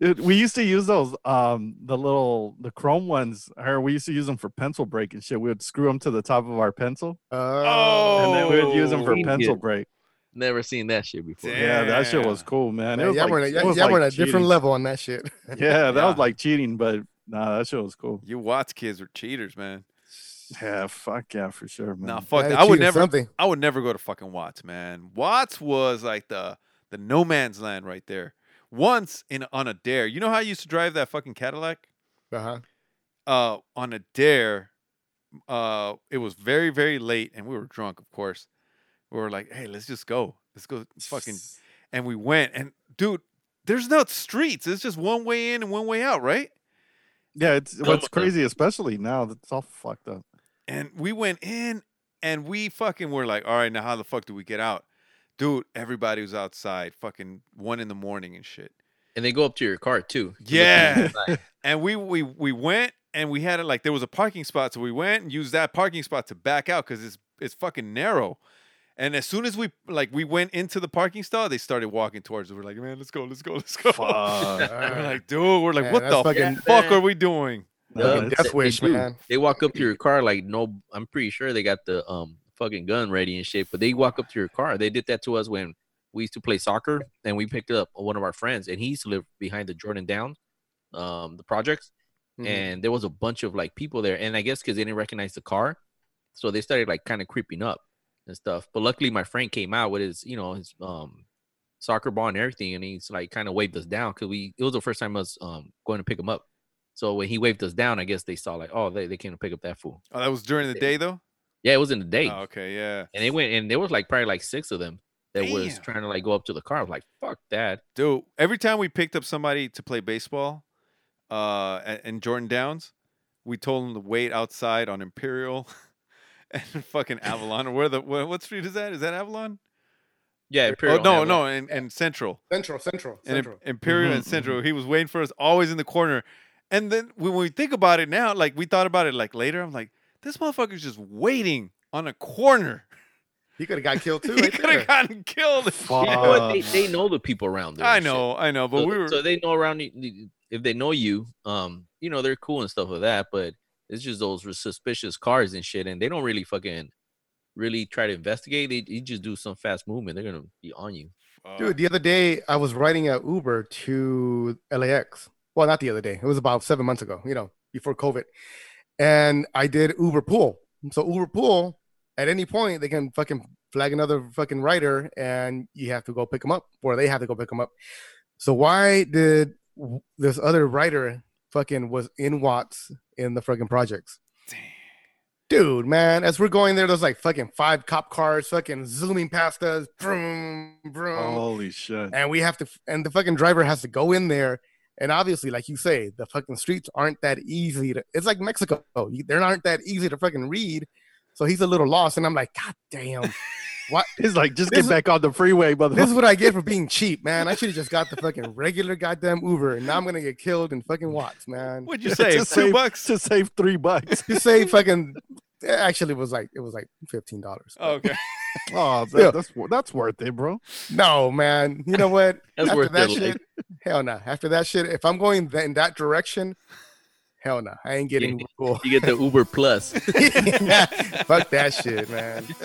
S8: Dude, we used to use those, um, the little the chrome ones. Or we used to use them for pencil break and shit. We would screw them to the top of our pencil,
S5: Uh,
S6: oh,
S8: and then we would use them for
S7: Genius.
S8: pencil break.
S7: never seen that shit before.
S6: Damn.
S8: Yeah, that shit was
S6: Damn.
S8: cool, man. It
S5: man,
S8: was
S5: y'all
S8: like-
S5: were on a-
S8: it
S5: y'all-
S8: was
S5: y'all were on
S8: like
S5: a different
S8: cheating.
S5: level on that shit.
S8: Yeah, that
S6: Yeah.
S8: was like cheating, but nah, that shit was cool.
S6: You Watts kids are cheaters, man.
S8: Yeah, fuck yeah, for sure, man.
S6: Nah, fuck.
S5: Gotta
S6: That. I would
S5: cheat or
S6: never.
S5: something.
S6: I would never go to fucking Watts, man. Watts was like the the no man's land right there. Once in on a dare, you know how I used to drive that fucking Cadillac?
S5: Uh-huh.
S6: Uh, on a dare, uh, it was very very late, and we were drunk, of course. We were like, hey, let's just go, let's go, fucking, and we went. And dude, there's no streets. It's just one way in and one way out, right?
S8: yeah, it's what's
S7: of them.
S8: crazy, especially now that's all fucked up.
S6: And we went in and we fucking were like, all right, now how the fuck do we get out? Dude, everybody was outside, fucking one in the morning and shit.
S7: And they go up to your car too. to look
S6: Yeah.
S7: inside.
S6: And we we we went and we had it like there was a parking spot, so we went and used that parking spot to back out because it's it's fucking narrow. And as soon as we like we went into the parking stall, they started walking towards us. We're like, man, let's go, let's go, let's go.
S8: Fuck.
S6: We're
S5: Uh,
S6: like, dude, we're like,
S5: Man,
S6: what
S5: that's
S6: the
S5: fucking-
S6: fuck are we doing?
S8: Nah,
S7: Yup.
S8: it's-
S5: Death Wish,
S7: shoot.
S5: man.
S7: They walk up to your car like no. I'm pretty sure they got the um fucking gun ready and shit. But they walk up to your car. They did that to us when we used to play soccer and we picked up uh, one of our friends and he used to live behind the Jordan Down, um, the projects.
S6: Mm-hmm.
S5: Mhm.
S7: and there was a bunch of like people there and i guess because they didn't recognize the car so they started like kind of creeping up and stuff but luckily my friend came out with his you know his um soccer ball and everything and he's like kind of waved us down because we it was the first time us um going to pick him up so when he waved us down i guess they saw like oh they, they came to pick up that fool
S6: Oh, that was during the day though?
S7: yeah it was in the day
S6: Oh, okay, yeah.
S7: and they went and there was like probably like six of them that was
S6: Damn.
S7: trying to like go up to the car I was like fuck that
S6: dude. Every time we picked up somebody to play baseball, uh, a- in Jordan Downs, we told them to wait outside on Imperial and fucking Avalon. Or where the wha- what street is that? Is that Avalon?
S7: yeah
S6: oh
S7: Imperial
S6: no,
S7: had
S6: no, and, and Central
S5: Central, Central,
S6: and Im-
S5: Central.
S6: Imperial and
S8: Mhm,
S6: Central. He was waiting for us, always in the corner. And then when we think about it now, like we thought about it like later, I'm like, this motherfucker's just waiting on a corner.
S5: He could have got killed too.
S6: he
S5: right
S6: could have
S5: there.
S6: gotten killed.
S7: one. You know what?
S8: Fuck.
S7: They, they know the people around there
S6: I
S7: and shit.
S6: know, I know, but
S7: so,
S6: we were
S7: so they know around you- you- if they know you, um, you know they're cool and stuff like that. But it's just those r- suspicious cars and shit, and they don't really fucking really try to investigate. They you just do some fast movement, they're gonna be on you.
S6: Fuck.
S5: Dude, the other day I was riding a Uber to LAX. Well, not the other day. It was about seven months ago, you know, before COVID. And I did Uber Pool. So Uber Pool, at any point, they can fucking flag another fucking rider and you have to go pick them up or they have to go pick them up. So why did w- this other rider fucking was in Watts in the fucking projects? Dude, man, as we're going there, there's like fucking five cop cars fucking zooming past us. Vroom, vroom
S8: Holy shit.
S5: and we have to and the fucking driver has to go in there and obviously like you say the fucking streets aren't that easy to it's like mexico You- they aren't that easy to fucking read so he's a little lost and i'm like god damn
S8: He's like, just
S5: This
S8: get
S5: is-
S8: back on the freeway,
S5: this
S8: motherfucker.
S5: is what i get for being cheap man i should have just got the fucking regular goddamn uber and now i'm gonna get killed in fucking watts man
S6: What'd you say? Two
S8: save,
S6: bucks?
S8: to save three bucks.
S5: you say fucking It actually was like it was like fifteen dollars.
S6: Oh, okay.
S8: Oh, that,
S5: Yeah.
S8: that's wor- that's worth it, bro.
S5: No, man. You know what?
S7: That's worth
S5: that
S7: it,
S5: shit,
S7: like.
S5: hell no. After that shit, if I'm going th- in that direction, hell no. I ain't getting
S7: Yeah.
S5: cool.
S7: You get the Uber Plus.
S5: Fuck that shit, man.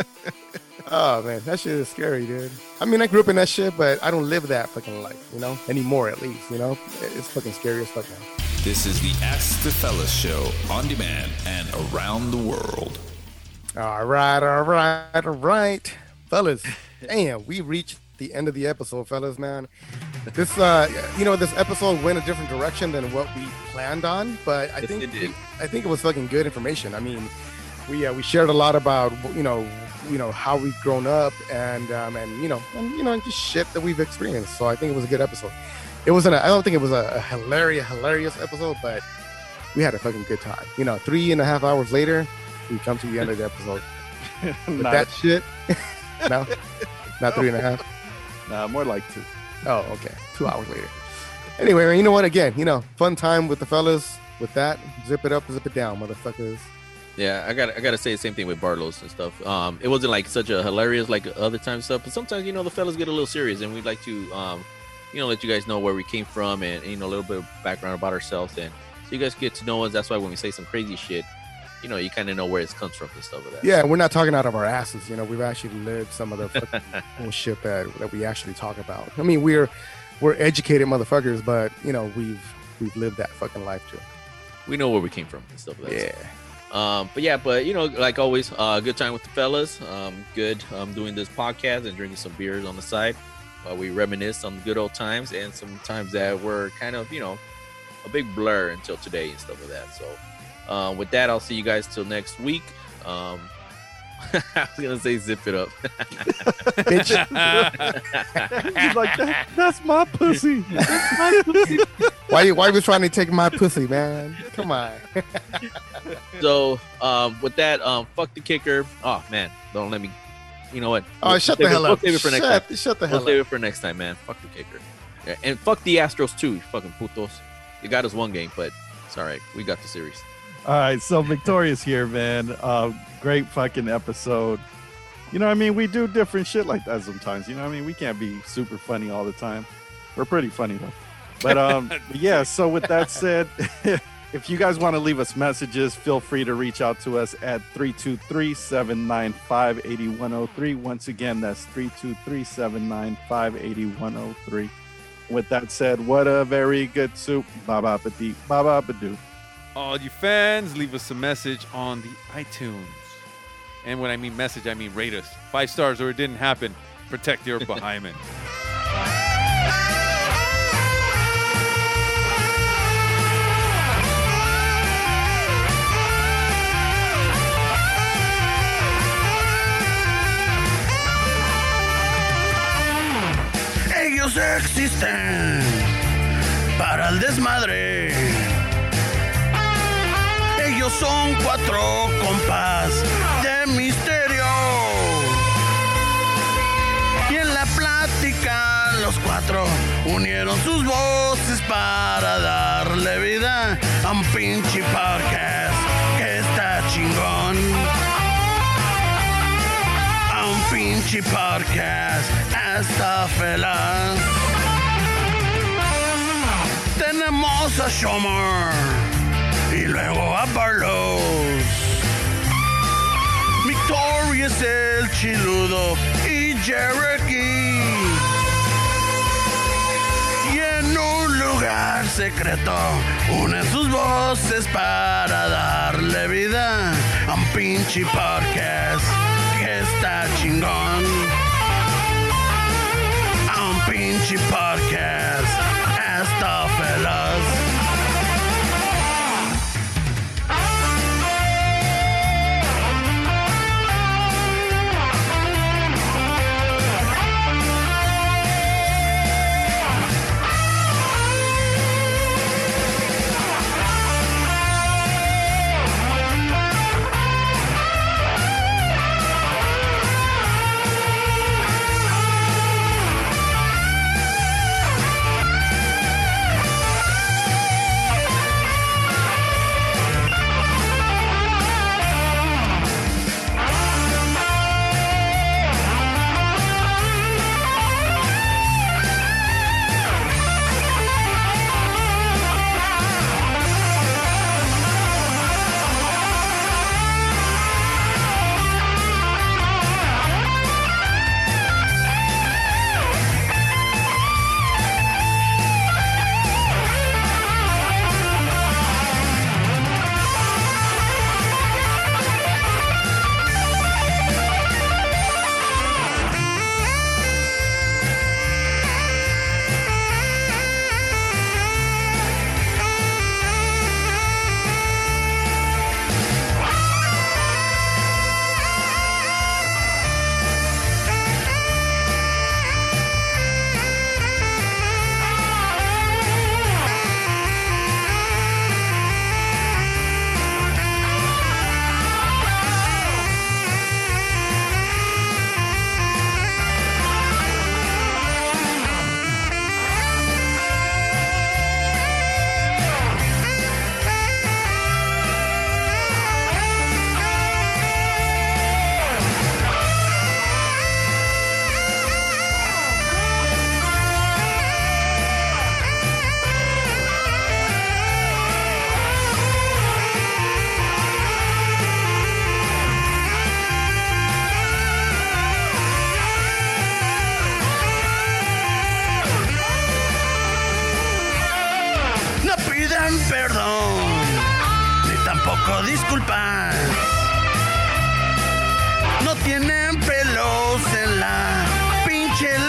S5: Oh man, that shit is scary, dude. I mean, I grew up in that shit, but I don't live that fucking life, you know, anymore at least. You know, It- it's fucking scary as fuck now.
S1: This is the Ask the Fellas show on demand and around the world.
S5: All right, all right, all right, fellas. Damn, we reached the end of the episode, fellas. Man, this uh, you know, this episode went a different direction than what we planned on, but I
S7: Yes,
S5: think
S7: it did.
S5: I think it was fucking good information. I mean, we uh, we shared a lot about you know you know how we've grown up and um, and you know and you know and just shit that we've experienced. So I think it was a good episode. It wasn't. A, I don't think it was a, a hilarious hilarious episode, but we had a fucking good time. You know, three and a half hours later, we come to the end of the episode. With
S8: Nah,
S5: that shit? no, not three and a half.
S8: nah, more like two.
S5: Oh, okay. Two hours later. Anyway, man, you know what? Again, you know, fun time with the fellas. With that, zip it up, zip it down, motherfuckers.
S7: Yeah, I got I gotta say the same thing with Barlow's and stuff. Um, it wasn't like such a hilarious like other times stuff, but sometimes you know the fellas get a little serious, and we'd like to um, you know, let you guys know where we came from and, and, you know a little bit of background about ourselves, and so you guys get to know us. That's why when we say some crazy shit, you know, you kind of know where it comes from and stuff like that.
S5: Yeah, we're not talking out of our asses. You know, we've actually lived some of the fucking bullshit that that we actually talk about. I mean, we're we're educated motherfuckers, but you know, we've we've lived that fucking life too.
S7: we know where we came from and stuff like that. Um, but yeah, but you know, like always, uh, good time with the fellas. Um, good um, doing this podcast and drinking some beers on the side while we reminisce on good old times and some times that were kind of you know a big blur until today and stuff like that. So um, with that, I'll see you guys till next week. Um, I was gonna say zip it up.
S5: Bitch,
S8: He's like, that, that's my pussy. That's my pussy.
S5: why you why you trying to take my pussy, man? Come on.
S7: so um, with that, um, fuck the kicker. Oh man, don't let me. You know what?
S5: Oh,
S7: We'll
S5: shut the
S7: save it-
S5: hell up.
S7: We'll save it for next time.
S5: Shut, shut the
S7: We'll
S5: hell
S7: save
S5: up.
S7: it for next time, man. Fuck the kicker. Yeah, and fuck the Astros too, you fucking putos. You got us one game, but it's all right. We got the series.
S8: All right, so Victoria's here, man. Uh, great fucking episode. You know what I mean? We do different shit like that sometimes. You know what I mean? We can't be super funny all the time. We're pretty funny though. But um, yeah. So with that said, if you guys want to leave us messages, feel free to reach out to us at 323-795-8103. Once again, that's 323-795-8103. With that said, what a very good soup. Baba Badoo. Baba Badoo.
S6: All you fans, leave us a message on the iTunes. And when I mean message, I mean rate us. Five stars or it didn't happen. Protect your behind.
S9: Ellos existen para el desmadre. Ellos son cuatro compas de misterio. Y en la plática los cuatro unieron sus voces para darle vida a un pinche podcast que está chingón. A un pinche podcast está feliz. Tenemos a Shomer y luego a Barlos. Victoria es el chiludo y Jericky. Y en un lugar secreto unen sus voces para darle vida a un pinche podcast que está chingón. a un pinche podcast. Hasta fellas.
S8: dan perdón, ni tampoco disculpas. No tienen pelos en la pinche